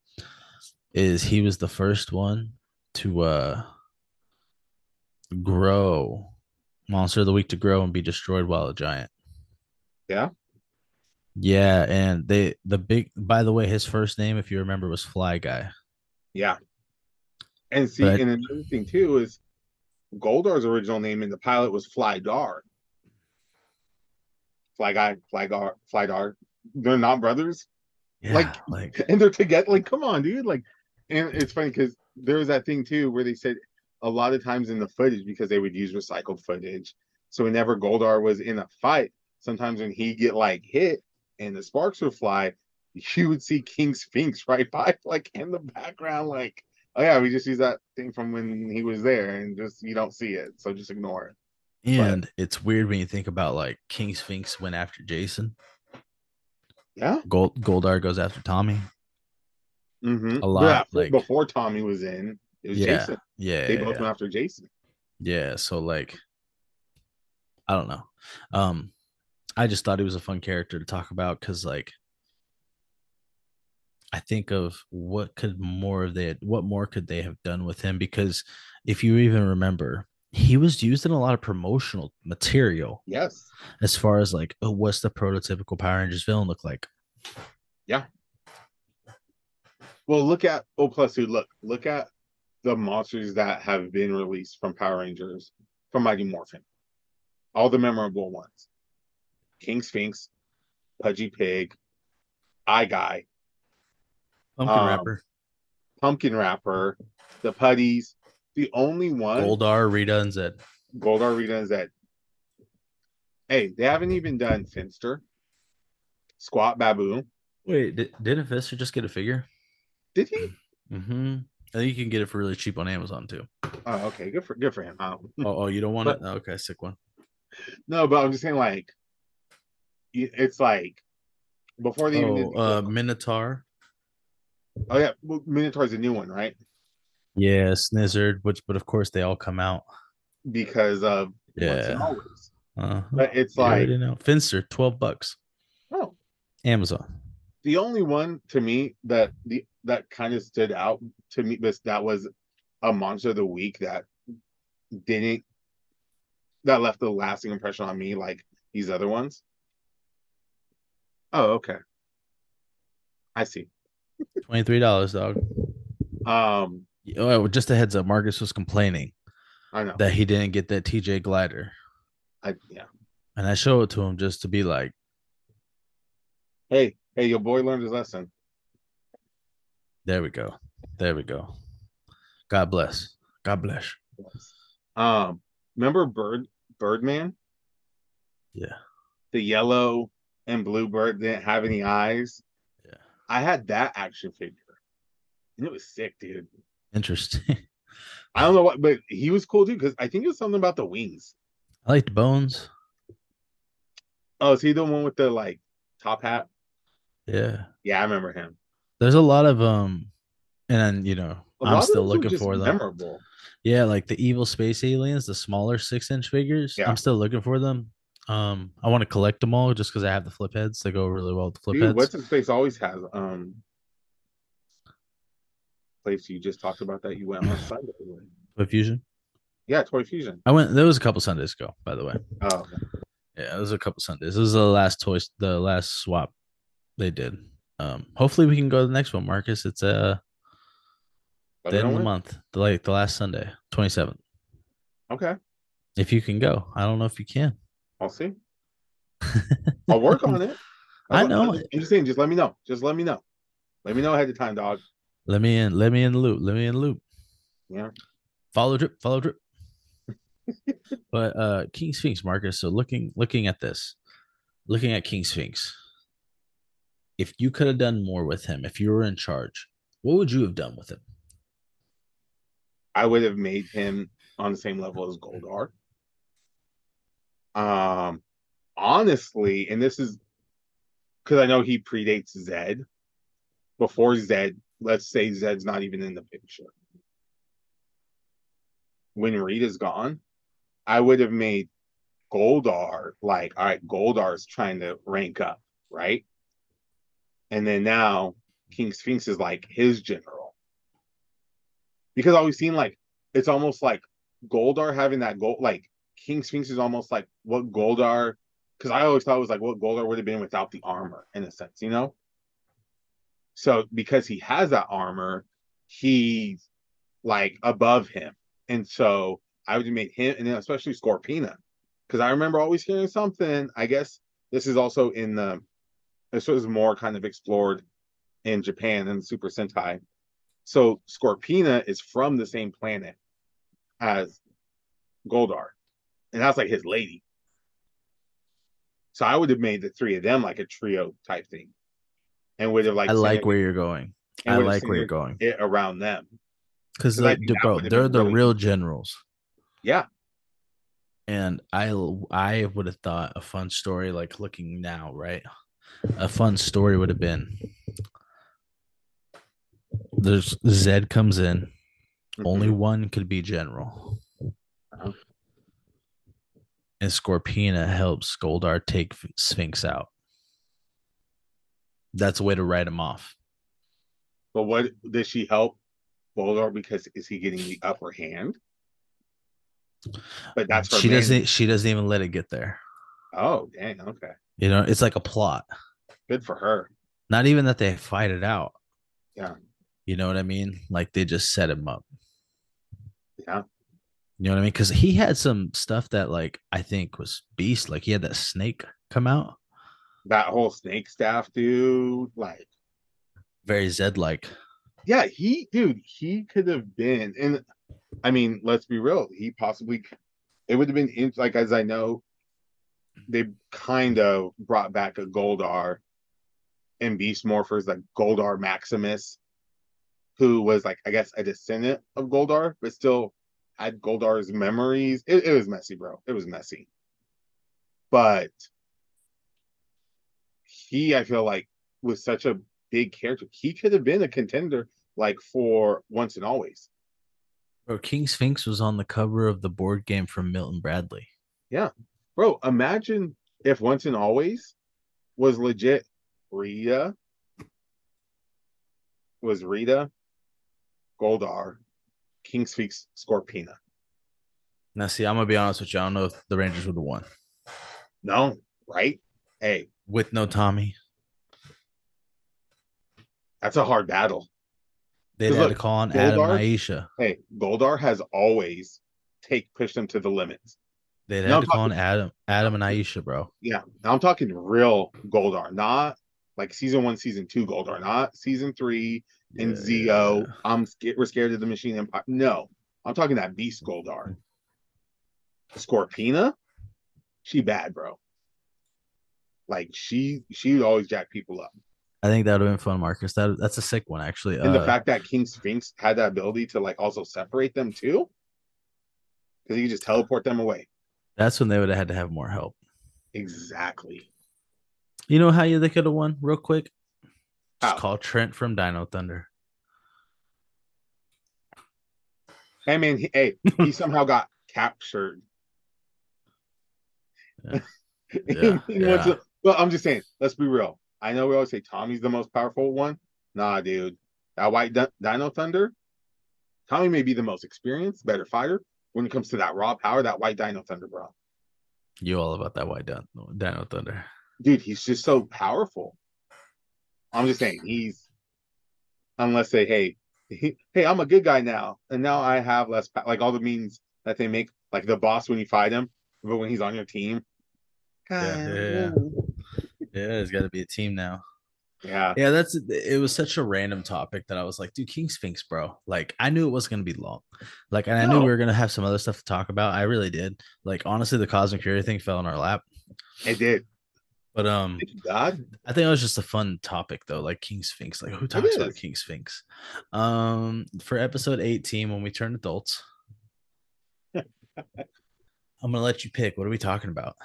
[SPEAKER 1] is he was the first one to uh grow monster of the week to grow and be destroyed while a giant.
[SPEAKER 2] Yeah?
[SPEAKER 1] Yeah, and they the big by the way, his first name, if you remember, was Fly Guy.
[SPEAKER 2] Yeah. And see,
[SPEAKER 1] But-
[SPEAKER 2] and another thing too is Goldar's original name in the pilot was Fly Dar. Fly Guy, Fly Gar, Fly Dar. They're not brothers.
[SPEAKER 1] Yeah,
[SPEAKER 2] Like-
[SPEAKER 1] like
[SPEAKER 2] <laughs> and they're together. Like, come on, dude. Like, and it's funny because there was that thing too where they said a lot of times in the footage because they would use recycled footage. So whenever Goldar was in a fight, sometimes when he get like hit and the sparks would fly, you would see King Sphinx right by, <laughs> like in the background, like. Oh yeah, we just use that thing from when he was there, and just you don't see it, so just ignore it.
[SPEAKER 1] And it's weird when you think about like King Sphinx went after Jason.
[SPEAKER 2] Yeah,
[SPEAKER 1] Gold Goldar goes after Tommy.
[SPEAKER 2] mm-hmm.
[SPEAKER 1] A lot, like-
[SPEAKER 2] before Tommy was in, it was
[SPEAKER 1] Yeah,
[SPEAKER 2] Jason.
[SPEAKER 1] Yeah.
[SPEAKER 2] They
[SPEAKER 1] yeah,
[SPEAKER 2] both
[SPEAKER 1] yeah.
[SPEAKER 2] went after Jason.
[SPEAKER 1] Yeah, So like I don't know. Um I just thought he was a fun character to talk about because like I think of what could more of they what more could they have done with him because if you even remember he was used in a lot of promotional material
[SPEAKER 2] Yes,
[SPEAKER 1] as far as like, oh, what's the prototypical Power Rangers villain look like?
[SPEAKER 2] Yeah. Well, look at oh plus two. Look, look at the monsters that have been released from Power Rangers from Mighty Morphin. All the memorable ones: King Sphinx, Pudgy Pig, Eye Guy,
[SPEAKER 1] Pumpkin
[SPEAKER 2] Um,
[SPEAKER 1] wrapper,
[SPEAKER 2] Pumpkin Wrapper, the Putties. The only one
[SPEAKER 1] Goldar, Rita, and Zed.
[SPEAKER 2] Goldar Rita and Zed. Hey, they haven't even done Finster, Squat Baboon.
[SPEAKER 1] Wait, did, didn't Fister just get a figure?
[SPEAKER 2] Did he?
[SPEAKER 1] Mm-hmm. I think you can get it for really cheap on Amazon too.
[SPEAKER 2] Oh, okay. Good for good for him. Um,
[SPEAKER 1] Oh, oh you don't want
[SPEAKER 2] But-
[SPEAKER 1] it? Okay, sick one.
[SPEAKER 2] no, but I'm just saying, like, y- it's like before they even.
[SPEAKER 1] Oh,
[SPEAKER 2] Did,
[SPEAKER 1] uh, Minotaur.
[SPEAKER 2] oh yeah, well, Minotaur's a new one, right?
[SPEAKER 1] Yeah, Snizzard. Which, but of course, they all come out.
[SPEAKER 2] Because of once and
[SPEAKER 1] Yeah.
[SPEAKER 2] always.
[SPEAKER 1] Uh,
[SPEAKER 2] But it's
[SPEAKER 1] you
[SPEAKER 2] like,
[SPEAKER 1] already know. Finster, twelve bucks.
[SPEAKER 2] oh,
[SPEAKER 1] Amazon.
[SPEAKER 2] the only one to me that the that kind of stood out to me was that was a monster of the week that didn't that left a lasting impression on me like these other ones. Oh, okay. I see.
[SPEAKER 1] Twenty three dollars, dog.
[SPEAKER 2] Um,
[SPEAKER 1] Oh, just a heads up. Marcus was complaining
[SPEAKER 2] I know.
[SPEAKER 1] that he didn't get that TJ glider,
[SPEAKER 2] I yeah.
[SPEAKER 1] and I showed it to him just to be like,
[SPEAKER 2] Hey, hey, your boy learned his lesson.
[SPEAKER 1] "There we go, there we go." God bless. God bless.
[SPEAKER 2] Um, remember Bird Birdman?
[SPEAKER 1] Yeah.
[SPEAKER 2] The yellow and blue bird didn't have any eyes.
[SPEAKER 1] Yeah.
[SPEAKER 2] I had that action figure. And it was sick, dude.
[SPEAKER 1] Interesting.
[SPEAKER 2] I don't know what, but he was cool too because I think it was something about the wings.
[SPEAKER 1] I liked Bones.
[SPEAKER 2] Oh, is he the one with the like top hat?
[SPEAKER 1] Yeah.
[SPEAKER 2] Yeah, I remember him.
[SPEAKER 1] There's a lot of um, and then you know
[SPEAKER 2] A lot
[SPEAKER 1] I'm
[SPEAKER 2] of
[SPEAKER 1] still
[SPEAKER 2] those were
[SPEAKER 1] looking
[SPEAKER 2] just
[SPEAKER 1] for them.
[SPEAKER 2] Memorable.
[SPEAKER 1] Yeah, like the evil space aliens, the smaller six inch figures.
[SPEAKER 2] Yeah.
[SPEAKER 1] I'm still looking for them. Um, I want to collect them all just because I have the flip heads. They go really well with the flip
[SPEAKER 2] Dude,
[SPEAKER 1] heads.
[SPEAKER 2] what's his face always has um place you just talked about that you went
[SPEAKER 1] <clears throat>
[SPEAKER 2] on Sunday. with.
[SPEAKER 1] Toy Fusion.
[SPEAKER 2] Yeah, Toy Fusion.
[SPEAKER 1] I went. There was a couple Sundays ago, by the way.
[SPEAKER 2] Oh,
[SPEAKER 1] Yeah, it was a couple Sundays. This was the last toys, the last swap they did. Um, hopefully we can go to the next one, Marcus. It's uh
[SPEAKER 2] let
[SPEAKER 1] the
[SPEAKER 2] me
[SPEAKER 1] end
[SPEAKER 2] know
[SPEAKER 1] of the
[SPEAKER 2] when.
[SPEAKER 1] month, the like the last Sunday, twenty seventh.
[SPEAKER 2] Okay,
[SPEAKER 1] If you can go, I don't know if you can. <laughs>
[SPEAKER 2] I'll see. I'll work on it.
[SPEAKER 1] I
[SPEAKER 2] I'll-
[SPEAKER 1] know
[SPEAKER 2] I'm
[SPEAKER 1] it.
[SPEAKER 2] just saying, just let me know. Just let me know. Let me know ahead of time, dog.
[SPEAKER 1] Let me in. Let me in the loop. Let me in the loop.
[SPEAKER 2] Yeah.
[SPEAKER 1] Follow drip. Follow drip. but uh King Sphinx, Marcus. So looking looking at this, looking at King Sphinx. If you could have done more with him, if you were in charge, what would you have done with him?
[SPEAKER 2] I would have made him on the same level as Goldar. Um, honestly, and this is because I know he predates Zed. Before Zed, let's say Zed's not even in the picture. When Reed is gone, I would have made Goldar like, all right, Goldar's trying to rank up, right? And then now King Sphinx is like his general. Because I always seen like it's almost like Goldar having that goal, like King Sphinx is almost like what Goldar, because I always thought it was like what Goldar would have been without the armor in a sense, you know. So because he has that armor, he's like above him, and so I would have made him, and then especially Scorpina, because I remember always hearing something. I guess this is also in the this was more kind of explored in Japan and Super Sentai. So Scorpina is from the same planet as Goldar, and that's like his lady. So I would have made the three of them like a trio type thing, and would have like
[SPEAKER 1] I like
[SPEAKER 2] synerg-
[SPEAKER 1] where you're going.
[SPEAKER 2] and
[SPEAKER 1] I
[SPEAKER 2] would have
[SPEAKER 1] like where you're going.
[SPEAKER 2] synerged it around them.
[SPEAKER 1] Because
[SPEAKER 2] 'Cause I
[SPEAKER 1] like,
[SPEAKER 2] think
[SPEAKER 1] dude,
[SPEAKER 2] that
[SPEAKER 1] bro,
[SPEAKER 2] would've
[SPEAKER 1] they're
[SPEAKER 2] been
[SPEAKER 1] the
[SPEAKER 2] really-
[SPEAKER 1] real generals.
[SPEAKER 2] Yeah,
[SPEAKER 1] and I l- I would have thought a fun story like looking now, right? A fun story would have been there's Zed comes in, only
[SPEAKER 2] Mhm.
[SPEAKER 1] one could be general.
[SPEAKER 2] Uh-huh.
[SPEAKER 1] And Scorpina helps Goldar take F- Sphinx out. That's a way to write him off.
[SPEAKER 2] But what does she help Goldar because is he getting the upper hand? But that's her
[SPEAKER 1] she
[SPEAKER 2] main-
[SPEAKER 1] doesn't e, she doesn't even let it get there.
[SPEAKER 2] Oh dang, okay,
[SPEAKER 1] You know, it's like a plot.
[SPEAKER 2] good for her.
[SPEAKER 1] Not even that they fight it out.
[SPEAKER 2] Yeah.
[SPEAKER 1] You know what I mean? Like they just set him up.
[SPEAKER 2] Yeah.
[SPEAKER 1] You know what I mean? Because he had some stuff that like I think was beast. Like he had that snake come out,
[SPEAKER 2] That whole snake staff, dude. Like,
[SPEAKER 1] very Zed like.
[SPEAKER 2] yeah, he, dude, he could have been. And I mean, let's be real. He possibly, c- it would have been in, like, as I know, they kind of brought back a Goldar and Beast Morphers, like Goldar Maximus, who was like, I guess, a descendant of Goldar, but still had Goldar's memories. It, it was messy, bro. It was messy. But he, I feel like, was such a big character. He could have been a contender, like, for once and always.
[SPEAKER 1] Bro, King Sphinx was on the cover of the board game from Milton Bradley.
[SPEAKER 2] Bro, imagine if once and always was legit Rita was Rita, Goldar, King Speaks Scorpina.
[SPEAKER 1] Now, see, I'm gonna be honest with you. I don't know if the Rangers would have won
[SPEAKER 2] No, right? Hey,
[SPEAKER 1] with no Tommy.
[SPEAKER 2] that's a hard battle.
[SPEAKER 1] They'd
[SPEAKER 2] 'Cause
[SPEAKER 1] had to
[SPEAKER 2] look,
[SPEAKER 1] call on Adam
[SPEAKER 2] Goldar-
[SPEAKER 1] and Aisha.
[SPEAKER 2] Hey, Goldar has always take pushed them to the limits.
[SPEAKER 1] They'd
[SPEAKER 2] No,
[SPEAKER 1] had to call on Adam, Adam and Aisha, bro.
[SPEAKER 2] Yeah. Now I'm talking real Goldar, not like season one, season two Goldar, not season three and
[SPEAKER 1] Yeah,
[SPEAKER 2] Zeo.
[SPEAKER 1] yeah,
[SPEAKER 2] I'm scared. We're scared of the Machine Empire. No, I'm talking that Beast Goldar. Scorpina, she bad, bro. Like she, she would always jack people up.
[SPEAKER 1] I think that would have been fun, Marcus. That that's a sick one, actually.
[SPEAKER 2] And the
[SPEAKER 1] Uh,
[SPEAKER 2] fact that King Sphinx had that ability to like also separate them too, because he could just teleport them away.
[SPEAKER 1] that's when they would have had to have more help.
[SPEAKER 2] Exactly.
[SPEAKER 1] You know how you they could have won real quick? Just
[SPEAKER 2] How?
[SPEAKER 1] call Trent from Dino Thunder.
[SPEAKER 2] I mean, he, hey, he somehow got captured.
[SPEAKER 1] Yeah.
[SPEAKER 2] <laughs> He-
[SPEAKER 1] Yeah,
[SPEAKER 2] he went to-
[SPEAKER 1] yeah.
[SPEAKER 2] well, I'm just saying, let's be real. I know we always say Tommy's the most powerful one. Nah, dude. That white Di- Dino Thunder, Tommy may be the most experienced, better fighter. When it comes to that raw power, that white Dino Thunder, bro.
[SPEAKER 1] You all about that white Dino, Dino Thunder?
[SPEAKER 2] Dude, he's just so powerful. I'm just saying, he's, unless they, hey, he, hey, I'm a good guy now. And now I have less, pow-" like all the means that they make, like the boss when you fight him, but when he's on your team.
[SPEAKER 1] Yeah,
[SPEAKER 2] God,
[SPEAKER 1] yeah, Yeah, there's got to be a team now.
[SPEAKER 2] Yeah.
[SPEAKER 1] Yeah, that's it was such a random topic that I was like, dude, King Sphinx, bro. Like, I knew it was gonna be long. Like, and I knew
[SPEAKER 2] No.
[SPEAKER 1] we were gonna have some other stuff to talk about. I really did. Like, honestly, the Cosmic Fury thing fell in our lap.
[SPEAKER 2] It did.
[SPEAKER 1] But um,
[SPEAKER 2] God.
[SPEAKER 1] I think it was just a fun topic though, like King Sphinx. Like, who talks about
[SPEAKER 2] is.
[SPEAKER 1] King Sphinx? Um, for episode 18, when we turn adults, I'm gonna let you pick. What are we talking about?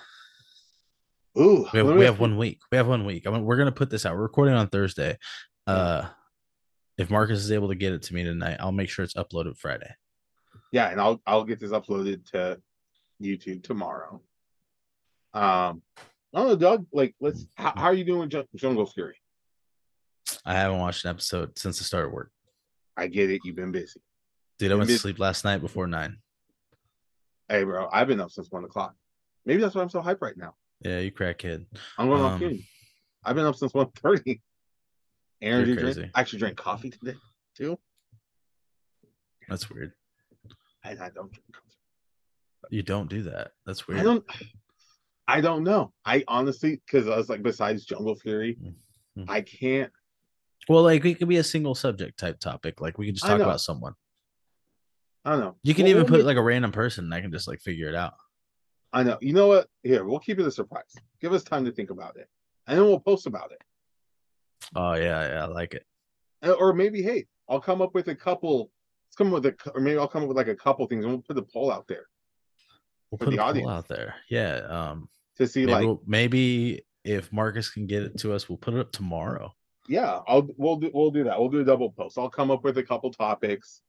[SPEAKER 2] Ooh.
[SPEAKER 1] We have,
[SPEAKER 2] let
[SPEAKER 1] we
[SPEAKER 2] me-
[SPEAKER 1] have one week. We have one week. I mean, we're gonna put this out. We're recording on Thursday. Uh, if Marcus is able to get it to me tonight, I'll make sure it's uploaded Friday.
[SPEAKER 2] Yeah, and I'll I'll get this uploaded to YouTube tomorrow. Um I don't know, Doug. Like, let's. How, how are you doing, with Jun- Jungle Fury?
[SPEAKER 1] I haven't watched an episode since I started work,
[SPEAKER 2] I get it. You've been busy.
[SPEAKER 1] dude. I went to
[SPEAKER 2] Maybe-
[SPEAKER 1] sleep last night before nine.
[SPEAKER 2] Hey, bro. I've been up since one o'clock. Maybe that's why I'm so hype right now.
[SPEAKER 1] Yeah, you crackhead.
[SPEAKER 2] I'm going
[SPEAKER 1] Um,
[SPEAKER 2] off fume. I've been up since one thirty. Energy
[SPEAKER 1] You're
[SPEAKER 2] drink.
[SPEAKER 1] crazy.
[SPEAKER 2] I actually drank coffee today too,
[SPEAKER 1] That's weird.
[SPEAKER 2] and I don't drink coffee.
[SPEAKER 1] You don't do that. That's weird.
[SPEAKER 2] I don't. I don't know. I honestly, because I was like, besides Jungle Fury,
[SPEAKER 1] Mhm.
[SPEAKER 2] I can't.
[SPEAKER 1] Well, like it could be a single subject type topic. Like we can just
[SPEAKER 2] I
[SPEAKER 1] talk
[SPEAKER 2] know.
[SPEAKER 1] about someone.
[SPEAKER 2] I don't know.
[SPEAKER 1] You can
[SPEAKER 2] What
[SPEAKER 1] even
[SPEAKER 2] would
[SPEAKER 1] put
[SPEAKER 2] make-
[SPEAKER 1] like a random person, and I can just like figure it out.
[SPEAKER 2] I know. You know what? Here, we'll keep it a surprise. Give us time to think about it, and then we'll post about it.
[SPEAKER 1] Oh yeah, yeah, I like it.
[SPEAKER 2] Uh, Or maybe, hey, I'll come up with a couple. Let's come up with a, cou- or maybe I'll come up with like a couple things, and we'll put a poll out there
[SPEAKER 1] We'll
[SPEAKER 2] For
[SPEAKER 1] put
[SPEAKER 2] the
[SPEAKER 1] a poll
[SPEAKER 2] audience.
[SPEAKER 1] out there. Yeah. Um.
[SPEAKER 2] to see,
[SPEAKER 1] Maybe,
[SPEAKER 2] like,
[SPEAKER 1] we'll- maybe if Marcus can get it to us, we'll put it up tomorrow.
[SPEAKER 2] yeah, I'll we'll do we'll do that. We'll do a double post. I'll come up with a couple topics,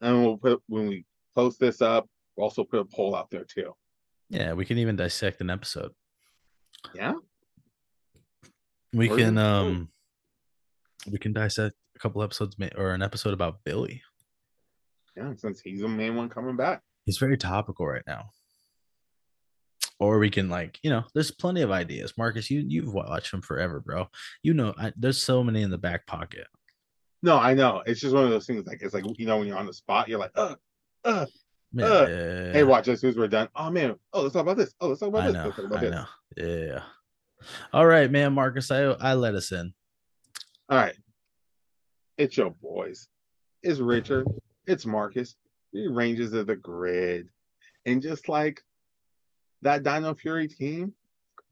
[SPEAKER 2] and we'll put when we post this up, we'll also put a poll out there too.
[SPEAKER 1] Yeah, we can even dissect an episode.
[SPEAKER 2] Yeah.
[SPEAKER 1] We
[SPEAKER 2] Or
[SPEAKER 1] can
[SPEAKER 2] even-
[SPEAKER 1] um we can dissect a couple episodes ma- or an episode about Billy.
[SPEAKER 2] Yeah, since he's the main one coming back.
[SPEAKER 1] He's very topical right now. Or we can like, you know, there's plenty of ideas. Marcus, you you've watched him forever, bro. You know, I, there's so many in the back pocket.
[SPEAKER 2] No, I know. It's just one of those things. Like it's like you know when you're on the spot, you're like, uh, uh.
[SPEAKER 1] Yeah,
[SPEAKER 2] Uh,
[SPEAKER 1] yeah,
[SPEAKER 2] Hey, watch as soon as we're done. Oh man. Oh, let's talk about this. Oh, let's talk about
[SPEAKER 1] I
[SPEAKER 2] this.
[SPEAKER 1] know.
[SPEAKER 2] Let's talk
[SPEAKER 1] I
[SPEAKER 2] about this.
[SPEAKER 1] know. Yeah. All right, man, Marcus. I I let us in.
[SPEAKER 2] All right. It's your boys. It's Richard. It's Marcus. The Rangers of the grid. And just like that Dino Fury team,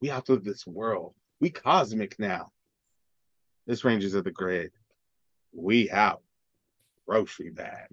[SPEAKER 2] we out of this world. We cosmic now. This Rangers of the grid. We out. Grocery bag.